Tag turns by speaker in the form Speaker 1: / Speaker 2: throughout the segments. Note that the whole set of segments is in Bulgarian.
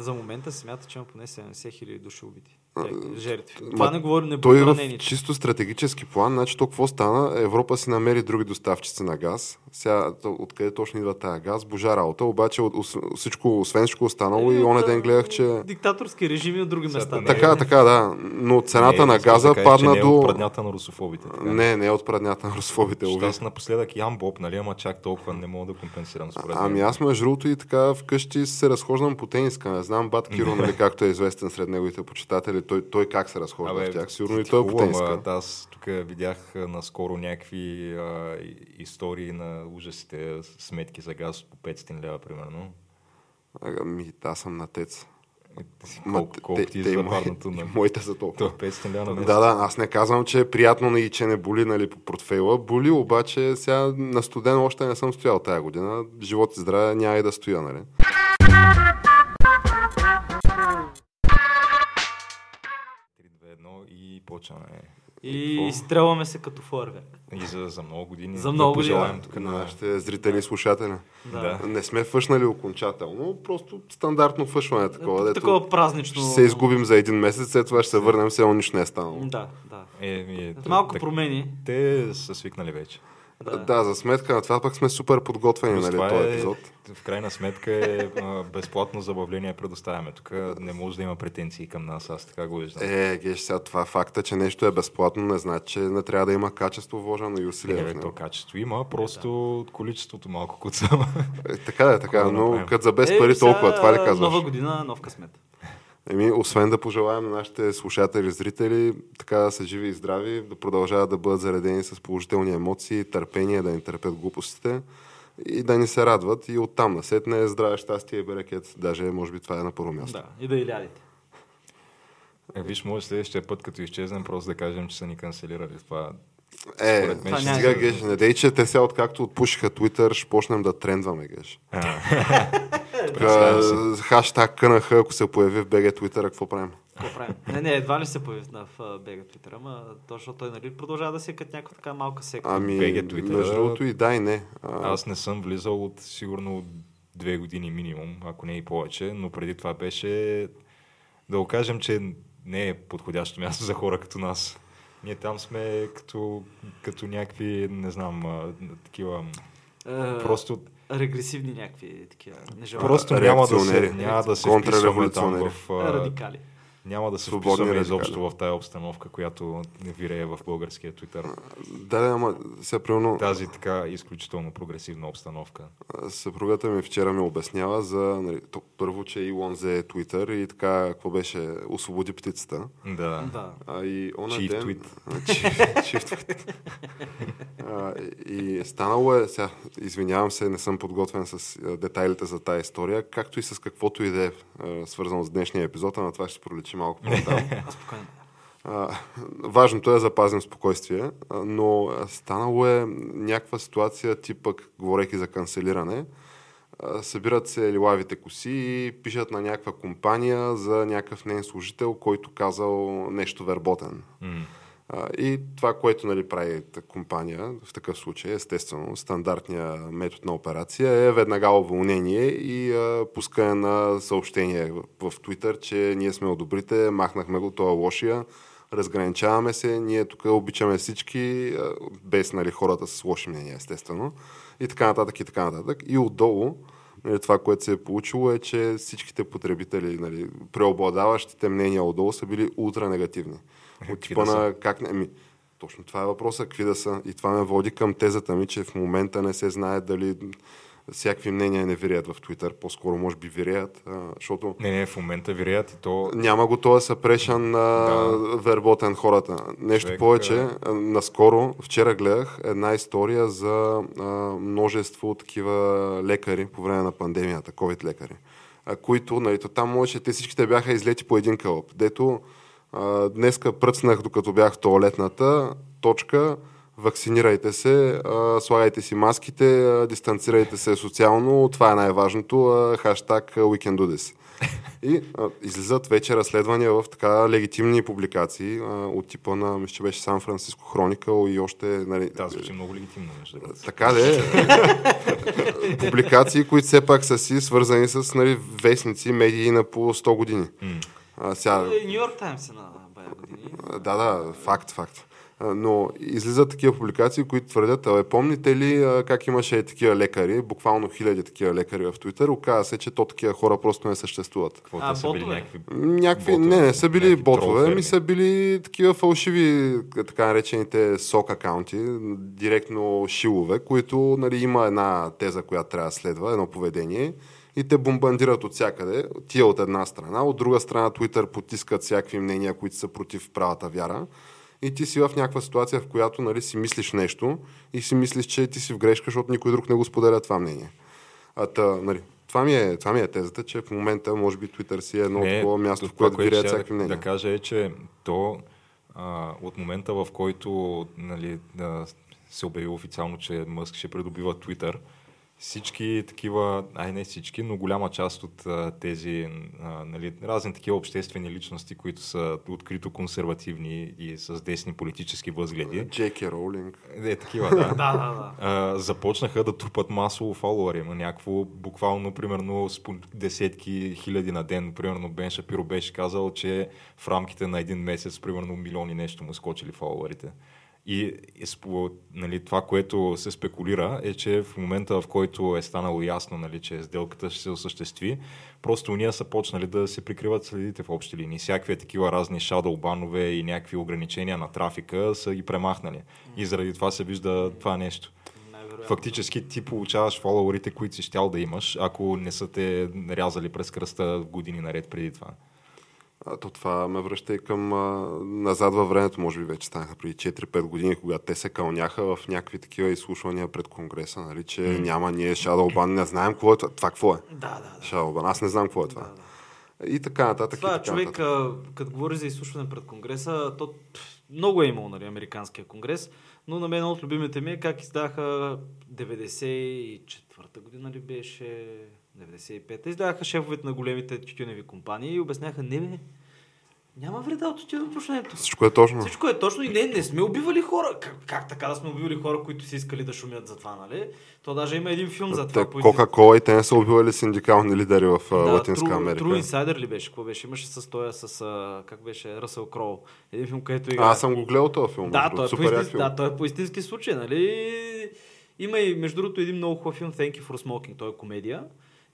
Speaker 1: За момента се смята, че има поне 70 хиляди души убити. Тя- Жертви. Това
Speaker 2: ма,
Speaker 1: не говори
Speaker 3: е
Speaker 1: не
Speaker 2: Той
Speaker 1: бронени.
Speaker 2: в чисто стратегически план, значи то какво стана? Европа си намери други доставчици на газ. Сега то- откъде точно идва тази газ? Божа работа, обаче от, ос, всичко, освен всичко останало и оня ден гледах, че...
Speaker 1: Диктаторски режими от други места.
Speaker 2: Така, така, да. Но цената на газа падна
Speaker 3: не е от
Speaker 2: до...
Speaker 3: праднята на русофобите. така.
Speaker 2: Не, не е от праднята на русофобите.
Speaker 3: Ще
Speaker 2: уви.
Speaker 3: аз напоследък ям Боб, нали, ама чак толкова не мога да компенсирам според мен.
Speaker 2: Ами аз между другото и така вкъщи се разхождам по тениска. Не знам Бат Киро, нали, както е известен сред неговите почитатели, той, той как се разхожда в тях. Сигурно и той е по
Speaker 3: хубаво, ама
Speaker 2: тениска.
Speaker 3: да, аз тук видях а, наскоро някакви а, и- истории на ужасите, с- сметки за газ по 500 лева, примерно.
Speaker 2: Ами, аз съм на тец. Ма,
Speaker 3: Колко, колко ти е
Speaker 2: и
Speaker 3: за
Speaker 2: мои-
Speaker 3: парното
Speaker 2: и
Speaker 3: на...
Speaker 2: Моите са толкова.
Speaker 3: Това 500 лева на месец.
Speaker 2: Да, да, аз не казвам, че е приятно и че не боли нали, по портфейла. Боли, обаче сега на студен още не съм стоял тая година. Живот и здраве няма и да стоя, нали?
Speaker 3: Три, две, едно и почваме.
Speaker 1: И изстрелваме се като Е, форвек.
Speaker 3: И за, за много години.
Speaker 1: За много
Speaker 3: да пожелаем
Speaker 1: години.
Speaker 3: тук
Speaker 2: На
Speaker 3: на...
Speaker 2: нашите зрители и слушатели.
Speaker 1: Да.
Speaker 3: Да.
Speaker 2: Не сме фъшнали окончателно, просто стандартно фъшване такова.
Speaker 1: Такова,
Speaker 2: Дето
Speaker 1: такова празнично.
Speaker 2: ще се изгубим за един месец, след това ще се върнем, все едно нищо не е станало.
Speaker 1: Да, да.
Speaker 3: Е, ми, е, т-
Speaker 1: Малко
Speaker 3: так-
Speaker 1: промени.
Speaker 3: Те са свикнали вече.
Speaker 1: Да.
Speaker 2: Е, Да. за сметка на това пък сме супер подготвени,
Speaker 3: Плюс
Speaker 2: нали,
Speaker 3: това
Speaker 2: този епизод.
Speaker 3: Е, в крайна сметка е а, безплатно забавление предоставяме. Тук не може да има претенции към нас, аз така го виждам.
Speaker 2: Е, геш, сега това факта, че нещо е безплатно, не значи, че не трябва да има качество вложено и
Speaker 3: Е,
Speaker 2: усилие. в
Speaker 3: бе,
Speaker 2: него.
Speaker 3: то качество има, просто количеството малко куцава.
Speaker 2: Е, така е, така е,
Speaker 3: Какво да
Speaker 2: но
Speaker 3: направим?
Speaker 2: като за без
Speaker 1: Е,
Speaker 2: пари
Speaker 1: сега,
Speaker 2: толкова, това ли казваш?
Speaker 1: Нова година, нов късмет.
Speaker 2: Еми, освен да пожелаем на нашите слушатели, зрители, така да са живи и здрави, да продължават да бъдат заредени с положителни емоции, търпение, да не търпят глупостите и да ни се радват. И оттам насетне здраве, щастие и берекет. Даже, може би, това е на първо място.
Speaker 1: Да, и да и лядите.
Speaker 3: Е, виж, може следващия път, като изчезнем, просто да кажем, че са ни канцелирали. Това
Speaker 2: Е,
Speaker 3: Според мен
Speaker 1: ще
Speaker 2: сега,
Speaker 1: няма.
Speaker 2: Геш, не дей, че те сега, откакто отпушиха Twitter, ще почнем да трендваме, Геш. Тук,
Speaker 3: Представям си.
Speaker 2: а, хаштаг кънаха, ако се появи в BG Twitter, какво правим?
Speaker 1: Какво правим? Не, не, едва ли се появи на в а, бега Twitter, ама то, защото той нали, продължава да си е като някаква така малка секта.
Speaker 2: Ами,
Speaker 3: BG Twitter.
Speaker 2: между другото и да и не. А,
Speaker 3: Аз не съм влизал от сигурно от две години минимум, ако не и повече, но преди това беше да го кажем, че не е подходящо място за хора като нас. Ние там сме като, като някакви, не знам, а, такива...
Speaker 1: Е,
Speaker 3: Просто,
Speaker 1: Регресивни някакви такива. нежелателни.
Speaker 3: просто няма да се,
Speaker 2: реакционери.
Speaker 3: няма да се вписваме там
Speaker 2: Контрреволюционери.
Speaker 3: в... а,
Speaker 1: Радикали.
Speaker 3: Няма да се
Speaker 2: Свободни
Speaker 3: вписваме
Speaker 2: радикали.
Speaker 3: изобщо в тая обстановка, която вирее в българския твитър.
Speaker 2: Да, да, ама сега примерно
Speaker 3: Тази така изключително прогресивна обстановка.
Speaker 2: съпругата ми вчера ми обяснява за нали, то, първо, че Илон взе Twitter и така, какво беше, освободи птицата.
Speaker 3: Да.
Speaker 1: Да.
Speaker 2: А и она
Speaker 3: Chief
Speaker 2: ден...
Speaker 3: tweet.
Speaker 2: Chief- chief tweet. а, и станало е, сега, извинявам се, не съм подготвен с а, детайлите за тая история, както и с каквото и да е а, свързано с днешния епизод, а на това ще се проличи малко по-там.
Speaker 1: Аз спокойно.
Speaker 2: А, важното е да запазим спокойствие, а, но а, станало е някаква ситуация, ти пък, говорейки за канцелиране, а, събират се лилавите коси и пишат на някаква компания за някакъв нейн служител, който казал нещо верботен.
Speaker 3: М.
Speaker 2: А, И това, което нали, прави та компания, в такъв случай, естествено, стандартния метод на операция е веднага уволнение и а, пускане на съобщение в в Twitter, че ние сме добрите, махнахме го, това е лошия, разграничаваме се, ние тук обичаме всички, а, без нали, хората с лоши мнения, естествено, и така нататък, и така нататък. И отдолу, Нали, това, което се е получило е, че всичките потребители, нали, преобладаващите мнения отдолу са били ултра негативни. От
Speaker 3: Е, Какви
Speaker 2: типа
Speaker 3: да
Speaker 2: на
Speaker 3: са?
Speaker 2: как не? Ми, точно това е въпроса, какви да са. И това ме води към тезата ми, че в момента не се знае дали всякакви мнения не виреят в Twitter. По-скоро може би виреят, а, защото
Speaker 3: Не, не, в момента виреят и то
Speaker 2: няма го този съпрешен а, да.
Speaker 3: Да.
Speaker 2: верботен хората. Нещо
Speaker 3: Човек, е.
Speaker 2: повече, а, наскоро, вчера гледах една история за а, множество такива лекари по време на пандемията, COVID лекари, а, които, нали, то там може, те всичките бяха излети по един кълъп, дето а, днеска пръцнах, докато бях в туалетната, точка, вакцинирайте се, а, слагайте си маските, а, дистанцирайте се социално, това е най-важното, а, хаштаг а, We can do this. И а, излизат вече разследвания в така легитимни публикации а, от типа на, мисля, че беше Сан Франциско Хроникъл и още... Нали,
Speaker 3: Да, звучи много легитимно, между другото.
Speaker 2: така де. публикации, които все пак са си свързани с нали, вестници, медии на по 100 години.
Speaker 3: М.
Speaker 2: А, сега,
Speaker 1: Нью Йорк Таймс е на бая години.
Speaker 2: да, да, факт, факт. А, Но излизат такива публикации, които твърдят, абе, помните ли а, как имаше такива лекари, буквално хиляди такива лекари в Твитър, оказва се, че то такива хора просто не съществуват.
Speaker 3: Какво
Speaker 1: А,
Speaker 3: те са били
Speaker 1: ботове?
Speaker 3: някакви...
Speaker 2: Някакви,
Speaker 3: Ботове,
Speaker 2: не, не са били
Speaker 3: някакви
Speaker 2: ботове,
Speaker 3: тролферми.
Speaker 2: ми са били такива фалшиви, така наречените сок акаунти, директно шилове, които нали, има една теза, която трябва да следва, едно поведение и те бомбандират от всякъде, тия от една страна, от друга страна Twitter потискат всякакви мнения, които са против правата вяра и ти си в някаква ситуация, в която нали, си мислиш нещо и си мислиш, че ти си в грешка, защото никой друг не го споделя това мнение. А, та, нали, това ми, е, това ми е тезата, че в момента може би Twitter си е едно
Speaker 3: Не,
Speaker 2: такова място, в
Speaker 3: това,
Speaker 2: което
Speaker 3: което
Speaker 2: вирят
Speaker 3: щях
Speaker 2: всякакви мнения.
Speaker 3: Да кажа е, че то а, от момента, в който нали, да, се обяви официално, че Мъск ще придобива Twitter, всички такива, ай не всички, но голяма част от а, тези а, нали, разни такива обществени личности, които са открито консервативни и с десни политически
Speaker 1: е,
Speaker 3: възгледи,
Speaker 2: Джеки Роулинг.
Speaker 3: е такива, да.
Speaker 1: Да, да, да.
Speaker 3: а, започнаха да трупат масово фолуари. Има някакво, буквално, примерно, с по десетки хиляди на ден. Примерно Бен Шапиро беше казал, че в рамките на един месец, примерно, милиони нещо му скочили фолуарите. И е спо- нали, това, което се спекулира, е, че в момента, в който е станало ясно, нали, че сделката ще се осъществи, просто уния са почнали да се прикриват следите в общи линии. Всякакви такива разни шадоу банове и някакви ограничения на трафика са ги премахнали. И заради това се вижда това нещо.
Speaker 1: Най-вероятно.
Speaker 3: Фактически ти получаваш фолоуърите, които си щял да имаш, ако не са те рязали през кръста години наред преди това.
Speaker 2: А, то това ме връща и към а, назад във времето, може би вече станаха преди 4-5 години, когато те се кълняха в някакви такива изслушвания пред Конгреса, нали, че няма ние Шадълбан, не знаем какво е това. Това какво е?
Speaker 1: Да, да, да.
Speaker 2: Шадълбан, аз не знам какво е това.
Speaker 1: Да,
Speaker 2: И така нататък. и
Speaker 1: Това
Speaker 2: е така
Speaker 1: човек,
Speaker 2: нататък.
Speaker 1: а, като говори за изслушване пред Конгреса, то пф, много е имало, нали, Американския конгрес, но на мен едно от любимите ми е как издаха 94-та година ли беше, 95-та, издаха шефовете на големите тютюневи компании и обясняха, не бе, няма вреда от тютюнопушенето.
Speaker 2: Всичко е точно.
Speaker 1: Всичко е точно и не, не сме убивали хора. Как, как така да сме убивали хора, които са искали да шумят за това, нали? То даже има един филм за това.
Speaker 2: Те,
Speaker 1: по-
Speaker 2: Кока-кола и те не са убивали синдикални лидери в а, Латинска
Speaker 1: True,
Speaker 2: Америка.
Speaker 1: True Insider ли беше? Какво беше? Имаше с този, с, а, как беше, Ръсъл Кроу. Един филм, където игра.
Speaker 2: а, аз съм го гледал този филм.
Speaker 1: да,
Speaker 2: между
Speaker 1: той е, по
Speaker 2: другото. Супер як
Speaker 1: истински,
Speaker 2: филм.
Speaker 1: да, той е по истински случай, нали? Има и, между другото, един много хубав филм, Thank you for smoking, той е комедия.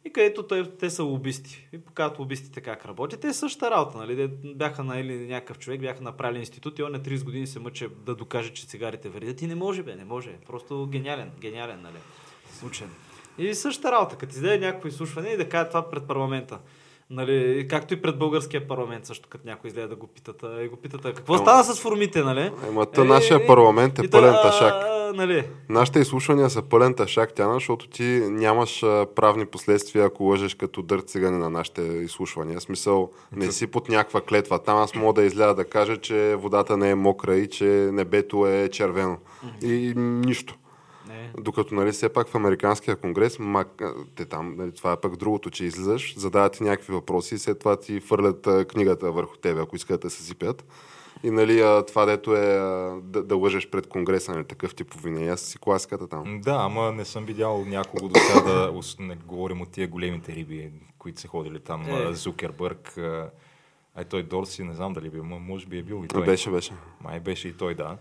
Speaker 1: И където той, те са лобисти. И показват лобистите как работят. Те е същата работа, нали? Де Бяха наели някакъв човек, бяха направили институт и он на 30 години се мъче да докаже, че цигарите вредят. И не може, бе, не може. Просто гениален, гениален, нали? Учен. И същата работа, като издаде някакво изслушване и да каже това пред парламента. Нали, както и пред българския парламент, също като някой излезе да го питат, а, и го питат, а, какво
Speaker 2: Ама-
Speaker 1: стана с формите, нали?
Speaker 2: Ема, та нашия парламент е
Speaker 1: и
Speaker 2: пълен
Speaker 1: а,
Speaker 2: ташак.
Speaker 1: а, Нали?
Speaker 2: Нашите изслушвания са пълен ташак, Тяна, защото ти нямаш а, правни последствия, ако лъжеш като дърт цигане на нашите изслушвания. В смисъл, не си под някаква клетва. Там аз мога да изляза да кажа, че водата не е мокра и че небето е червено. И, и нищо.
Speaker 3: Е,
Speaker 1: Не.
Speaker 2: Докато, нали, все пак в Американския конгрес, мак, а, те там, нали, това е пък другото, че излизаш, задават ти някакви въпроси и след това ти фърлят а, книгата върху тебе, ако искат да се сипят. И, нали, а, това дето е а, да, да лъжеш пред конгреса, нали, такъв тип обвинения, си класиката там.
Speaker 3: М, Да, ама не съм видял някого до сега да ос- не говорим от тия големите риби, които са ходили там.
Speaker 1: Е.
Speaker 3: Е. Зукербърг, а, ай той Дорси, не знам дали би, м- може би е бил и
Speaker 2: А,
Speaker 3: той.
Speaker 2: Беше, беше.
Speaker 3: Май беше и той, да.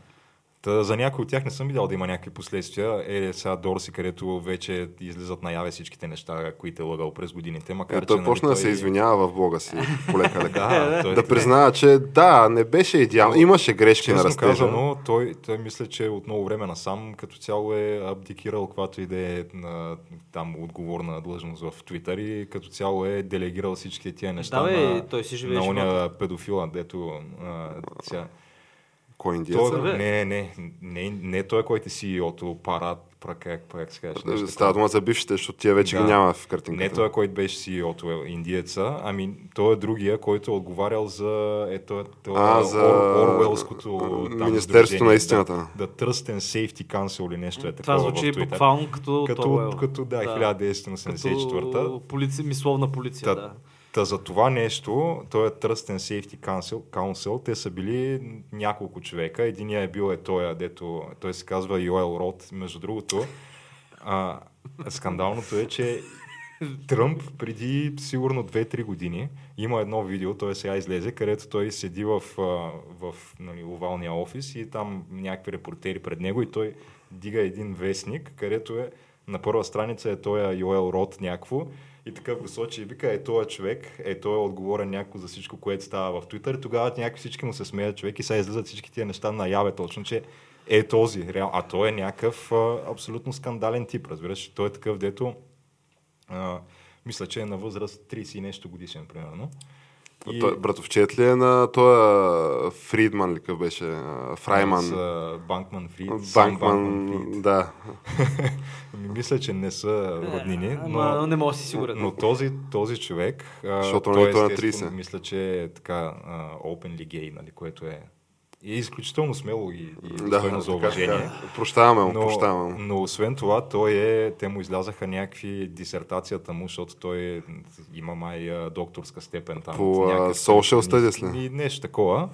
Speaker 3: Та, за някои от тях не съм видял да има някакви последствия. Е, сега Дорси, където вече излизат наяве всичките неща, които е лъгал през годините, макар
Speaker 2: Е,
Speaker 3: че...
Speaker 2: той
Speaker 3: нали,
Speaker 2: почна да се
Speaker 3: той-
Speaker 2: извинява в блога си, полека лека.
Speaker 3: Да, той- е
Speaker 2: да признава, че да, не беше идеално. Имаше грешки на
Speaker 3: Честно
Speaker 2: растежа.
Speaker 3: казано, той, той мисля, че е от много време насам като цяло е абдикирал каквато и да е на, там отговорна длъжност в Твитър и като цяло е делегирал всички тия неща
Speaker 1: Да, бе,
Speaker 3: на,
Speaker 1: той си живее
Speaker 3: на оня
Speaker 1: живота.
Speaker 3: педофила, дето а, тя,
Speaker 2: Кой индиеца?
Speaker 3: той,
Speaker 1: бе.
Speaker 3: не, не, не, не той, който е CEO-то, парад, пра- как, как се каже.
Speaker 2: Да,
Speaker 3: нещо
Speaker 2: Става дума за бившите, защото тия вече
Speaker 3: Да.
Speaker 2: ги няма в
Speaker 3: не
Speaker 2: картинката.
Speaker 3: той, който беше CEO-то, е индиеца, ами той е другия, който е отговарял за е, ето, то,
Speaker 2: А, за-
Speaker 3: Ор, Орвелското там,
Speaker 2: Министерството на
Speaker 3: сдружение,
Speaker 2: истината.
Speaker 3: Да, да Тръстен Safety Council или нещо е
Speaker 1: Това
Speaker 3: такова
Speaker 1: звучи
Speaker 3: в Twitter.
Speaker 1: буквално като... е.
Speaker 3: като,
Speaker 1: Orwell.
Speaker 3: като да, 1984-та.
Speaker 1: Като полици, мисловна полиция,
Speaker 3: Та,
Speaker 1: да.
Speaker 3: Та за това нещо, той е Trust and Safety Council, Council, те са били няколко човека. Единия е бил е той, дето той се казва Йоел Рот, между другото. А, скандалното е, че Тръмп преди сигурно 2-3 години има едно видео, той сега излезе, където той седи в, а, в нали, овалния офис и там някакви репортери пред него и той дига един вестник, където е на първа страница е той Йоел Рот някакво и така го сочи и вика, е този човек, е той е отговорен някакво за всичко, което става в Твитър. Тогава някакви всички му се смеят човек и сега излизат всички тия неща наяве точно, че е този. Реал... А той е някакъв а, абсолютно скандален тип, разбираш. Той е такъв, дето а, мисля, че е на възраст 30 и нещо годишен, примерно.
Speaker 2: И... Той, братовчет ли е на този Фридман, ли какъв беше? А, Фрайман.
Speaker 3: С, а, Банкман Фрид. Сам
Speaker 2: Банкман, да.
Speaker 3: Ми, Ами, мисля, че не са роднини,
Speaker 1: Е, Ама,
Speaker 3: но,
Speaker 1: не мога да си сигурен.
Speaker 3: но този, този човек, а,
Speaker 2: Защото,
Speaker 3: той,
Speaker 2: нали, той е на
Speaker 3: естествено,
Speaker 2: 30.
Speaker 3: мисля, че е така а, openly gay, нали, което е, е изключително смело и, и достойно
Speaker 2: Да,
Speaker 3: за
Speaker 2: така,
Speaker 3: уважение.
Speaker 2: така. Прощаваме му, прощаваме
Speaker 3: Но,
Speaker 2: му.
Speaker 3: но освен това, той е, те му излязаха някакви дисертацията му, защото той е, има май а, докторска степен там.
Speaker 2: По,
Speaker 3: от
Speaker 2: а,
Speaker 3: някакъв
Speaker 2: social
Speaker 3: феминист-
Speaker 2: studies ли?
Speaker 3: И нещо такова.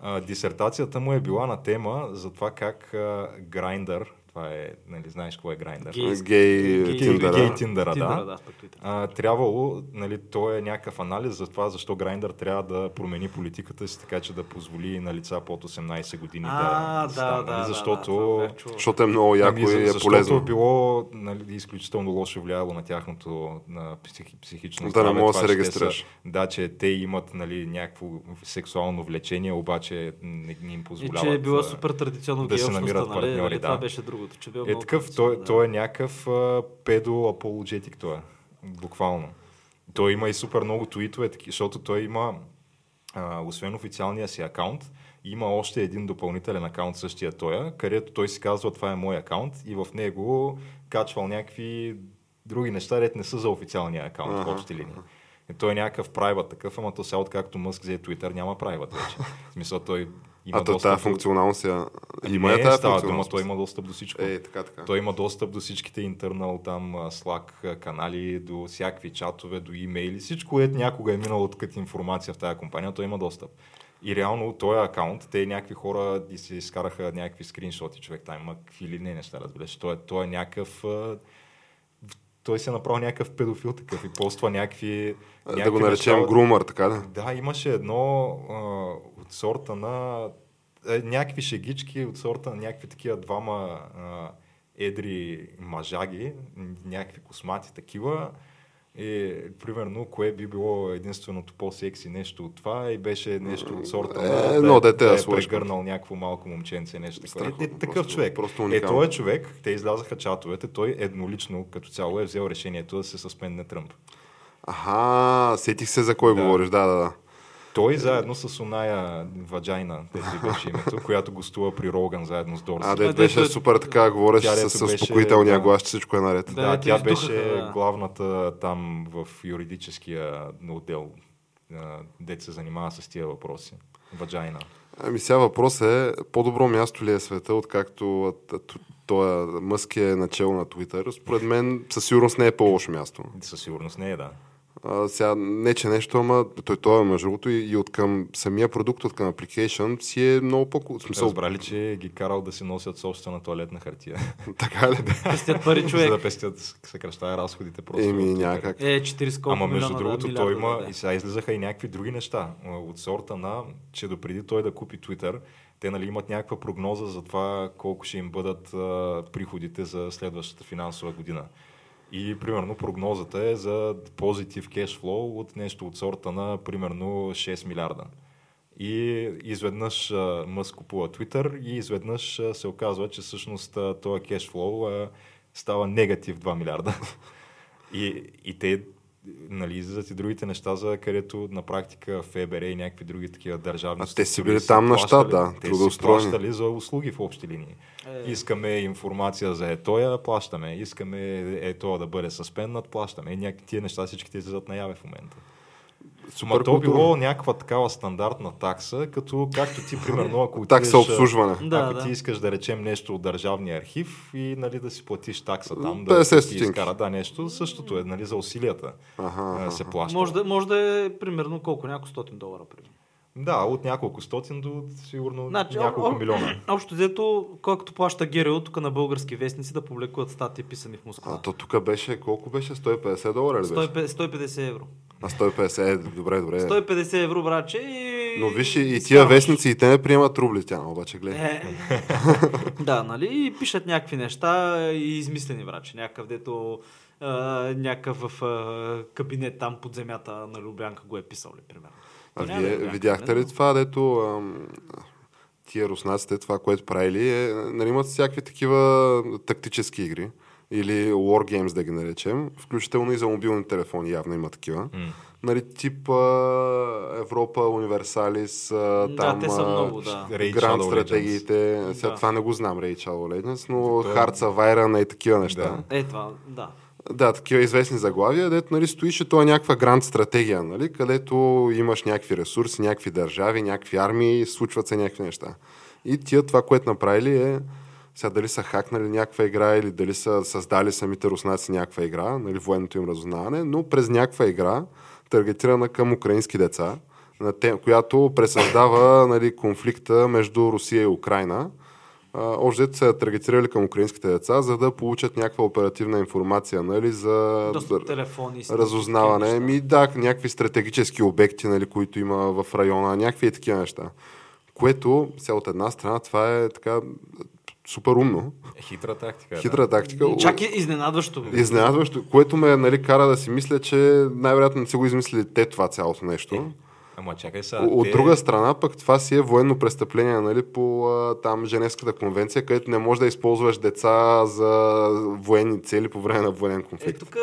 Speaker 3: А, дисертацията му е била на тема за това как а, Грайндър, това е, нали знаеш какво е Грайндър?
Speaker 1: Гейс-
Speaker 2: Гей
Speaker 1: гей-
Speaker 2: Тиндера.
Speaker 3: Гей Тиндера,
Speaker 1: Тиндера,
Speaker 3: да.
Speaker 1: да, пък Twitter.
Speaker 3: А, трябвало, нали, то е някакъв анализ за това, защо Грайндър трябва да промени политиката си, така че да позволи на лица под 18 години
Speaker 1: А,
Speaker 3: да,
Speaker 1: да,
Speaker 3: станат,
Speaker 1: да,
Speaker 3: нали,
Speaker 1: да,
Speaker 3: защото
Speaker 1: да, това бях чувал.
Speaker 2: Защото е много яко
Speaker 3: Ами, за-
Speaker 2: и е
Speaker 3: защото
Speaker 2: полезно.
Speaker 3: било нали, изключително лошо влияло на тяхното на психи, психично
Speaker 2: Да,
Speaker 3: здраве.
Speaker 2: не могат да
Speaker 3: това,
Speaker 2: се
Speaker 3: че те
Speaker 2: регистрираш.
Speaker 3: Са, да, че те имат нали, някакво сексуално влечение, обаче не, не им
Speaker 1: И
Speaker 3: позволяват.
Speaker 1: че е била
Speaker 3: а,
Speaker 1: супер традиционно
Speaker 3: да
Speaker 1: гей
Speaker 3: се
Speaker 1: общността,
Speaker 3: намират
Speaker 1: нали?
Speaker 3: партньори,
Speaker 1: нали? Това
Speaker 3: да.
Speaker 1: беше другото, че бил
Speaker 3: Е
Speaker 1: много
Speaker 3: такъв, той,
Speaker 1: традиционно, да.
Speaker 3: той е някакъв а, педо-апологетик, той е. Буквално. Той има и супер много твитове, таки- защото той има, а, освен официалния си акаунт, има още един допълнителен акаунт същия той, е, където той си казва това е мой акаунт и в него качвал някакви други неща, ред не са за официалния акаунт, в
Speaker 2: Аха.
Speaker 3: общи линии. И той е някакъв private такъв, ама то сега откакто Мъск взе Twitter няма private вече. В смисъл той има
Speaker 2: А то
Speaker 3: достъп
Speaker 2: тази
Speaker 3: до-
Speaker 2: функционалност я...
Speaker 3: Ами
Speaker 2: Има
Speaker 3: не,
Speaker 2: я тази
Speaker 3: става дума,
Speaker 2: функционалност?
Speaker 3: той има достъп до всичко.
Speaker 2: Е, така, така.
Speaker 3: Той има достъп до всичките интернал, там, а, Slack а, канали, до всякакви чатове, до имейли, всичко, което някога е минало от като информация в тази компания, той има достъп. И реално този акаунт, те някакви хора и си изкараха някакви скриншоти, човек там има какви ли не неща, разбираш. Той, е- той е някакъв... а, Той се е направил някакъв педофил такъв и поства някакви...
Speaker 2: Да
Speaker 3: някакви
Speaker 2: го наречем
Speaker 3: неща-
Speaker 2: грумър, така да?
Speaker 3: да, имаше едно а, от сорта на е, някакви шегички от сорта на някакви такива двама а, едри мажаги, м, някакви космати такива. И, примерно, кое би било единственото по-секси нещо от това и беше нещо от сорта
Speaker 2: Е,
Speaker 3: на...
Speaker 2: едно
Speaker 3: да,
Speaker 2: дете да
Speaker 3: да, е
Speaker 2: сложиш.
Speaker 3: прегърнал някакво малко момченце, нещо такова. Е, е,
Speaker 2: Страхотно,
Speaker 3: такъв
Speaker 2: просто-
Speaker 3: човек.
Speaker 2: просто
Speaker 3: е,
Speaker 2: уникално.
Speaker 3: той е човек, те излязаха чатовете, той еднолично като цяло е взел решението да се съспендне Тръмп.
Speaker 2: Аха, сетих се за кой
Speaker 3: Да.
Speaker 2: говориш, да, да, да.
Speaker 3: Той заедно с оная Ваджайна, те си беше името, която гостува при Роган заедно с Дорси.
Speaker 2: А,
Speaker 3: да,
Speaker 2: дед беше
Speaker 1: дето е-
Speaker 2: супер така, говореше
Speaker 3: Тя,
Speaker 2: с,
Speaker 3: дето
Speaker 2: с
Speaker 3: беше,
Speaker 2: успокоителния
Speaker 3: да.
Speaker 2: глас, че всичко е наред.
Speaker 1: Да, дето
Speaker 3: тя
Speaker 1: издухаха,
Speaker 3: беше
Speaker 1: да.
Speaker 3: главната там в юридическия отдел, дете се занимава с тия въпроси. Ваджайна.
Speaker 2: Ами сега въпрос е, по-добро място ли е света, откакто т- т- той Мъск е начало на Твитър? Според мен със сигурност не е по-лошо място.
Speaker 3: Със сигурност не е, да.
Speaker 2: А, сега, не че нещо, ама той, той е между другото и, и от към самия продукт, от към application си е много по в смисъл,
Speaker 3: Разбрали, че ги е карал да си носят собствена туалетна хартия.
Speaker 2: така ли?
Speaker 1: Пестят пари
Speaker 3: за
Speaker 1: човек.
Speaker 3: да пестят, съкръщая разходите просто.
Speaker 2: Еми,
Speaker 3: от Twitter.
Speaker 2: някак.
Speaker 1: Е, 40 колко
Speaker 3: Ама между
Speaker 1: милиона,
Speaker 3: другото,
Speaker 1: да,
Speaker 3: той
Speaker 1: милиарда,
Speaker 3: има
Speaker 1: да,
Speaker 3: и сега излизаха и някакви други неща а, от сорта на, че допреди той да купи Twitter, те нали, имат някаква прогноза за това колко ще им бъдат а, приходите за следващата финансова година. И примерно прогнозата е за позитив кешфлоу от нещо от сорта на примерно 6 милиарда. И изведнъж а, Мъск купува Twitter и изведнъж а, се оказва, че всъщност а, този кешфлоу а, става негатив 2 милиарда. И, и те нали, излизат и другите неща, за където на практика ФБР и някакви други такива държавни
Speaker 2: А те си
Speaker 3: структури
Speaker 2: били там на щат,
Speaker 3: плащали-
Speaker 2: да,
Speaker 3: Те си
Speaker 2: трудоустроени.
Speaker 3: плащали за услуги в общи линии.
Speaker 1: Е.
Speaker 3: Искаме информация за етоя, плащаме. е Искаме етоя да бъде съспеннат, плащаме. И някакви тия неща всичките излизат наяве в момента.
Speaker 2: Супер
Speaker 3: Ма то
Speaker 2: културно.
Speaker 3: било някаква такава стандартна такса, като както ти, примерно, ако
Speaker 2: Такса
Speaker 3: отидеш, а,
Speaker 2: обслужване.
Speaker 3: Ако
Speaker 1: Да, да.
Speaker 3: ти искаш да речем нещо от държавния архив и нали, да си платиш такса там,
Speaker 2: 50
Speaker 3: да ти
Speaker 2: стотинки.
Speaker 3: изкара да, нещо, същото е нали, за усилията
Speaker 2: Аха,
Speaker 3: а, се плаща.
Speaker 1: Може да, може да е примерно колко? Няколко стотин долара. Примерно.
Speaker 3: Да, от няколко стотин до сигурно
Speaker 1: Значи,
Speaker 3: няколко
Speaker 1: о- о-
Speaker 3: милиона.
Speaker 1: Общо взето, колкото плаща Герио тук на български вестници да публикуват статии писани в Москва.
Speaker 2: А е то тук беше, колко беше? 150 долара ли
Speaker 1: 150
Speaker 2: беше?
Speaker 1: 150 евро.
Speaker 2: А 150, е, добре, добре.
Speaker 1: 150 евро, браче. И...
Speaker 2: Но виж, и- и тия
Speaker 1: ставаш.
Speaker 2: вестници и те не приемат рубли тя, обаче гледай.
Speaker 1: Е, да, нали? И пишат някакви неща и измислени врачи. Някакъв, дето а, някакъв в а, кабинет там под земята на Любянка го е писал ли, примерно.
Speaker 2: А
Speaker 1: То няма
Speaker 2: вие
Speaker 1: да е някакъв,
Speaker 2: видяхте
Speaker 1: не,
Speaker 2: ли
Speaker 1: но-
Speaker 2: това, дето ам, тия руснаците, това, което правили, е, нали имат всякакви такива тактически игри или war games, да ги наречем, включително и за мобилни телефони явно има такива.
Speaker 3: М.
Speaker 2: Нали, тип а, Европа, Универсалис, а,
Speaker 1: Да,
Speaker 2: там
Speaker 1: те са
Speaker 2: а,
Speaker 1: много, да.
Speaker 3: Raid
Speaker 2: Гранд
Speaker 3: Shadow
Speaker 2: стратегиите. Сега
Speaker 1: Да.
Speaker 2: това не го знам, Raid Shadow Legends,
Speaker 3: То
Speaker 2: но
Speaker 3: е-
Speaker 2: Hearts of Iron и такива неща.
Speaker 3: Да.
Speaker 1: Е, това, да.
Speaker 2: Да, такива известни заглавия, дето нали, стоише то е някаква гранд стратегия, нали, където имаш някакви ресурси, някакви държави, някакви армии, случват се някакви неща. И тия това, което направили е, сега дали са хакнали някаква игра или дали са създали самите руснаци някаква игра, нали, военното им разузнаване, но през някаква игра, таргетирана към украински деца, на те, която пресъздава нали, конфликта между Русия и Украина. А, Общо взето са таргетирали към украинските деца, за да получат някаква оперативна информация нали, за
Speaker 1: Доста телефони. снимки,
Speaker 2: разузнаване.
Speaker 1: такива неща.
Speaker 2: Ми да, някакви стратегически обекти, нали, които има в района, някакви и такива неща. Което, сега от една страна, това е така супер умно,
Speaker 3: Хитра тактика. Е, да.
Speaker 2: хитра тактика.
Speaker 1: Чак е изненадващо. бе.
Speaker 2: Изненадващо, което ме нали, кара да си мисля, че най-вероятно не са го измислили те това цялото нещо.
Speaker 1: Е.
Speaker 3: Ама чакай сега.
Speaker 2: От
Speaker 3: те-
Speaker 2: друга страна, пък това си е военно престъпление, нали, по а, там Женевската конвенция, където не можеш да използваш деца за военни цели по време на военен
Speaker 1: Е,
Speaker 2: конфликт.
Speaker 1: тук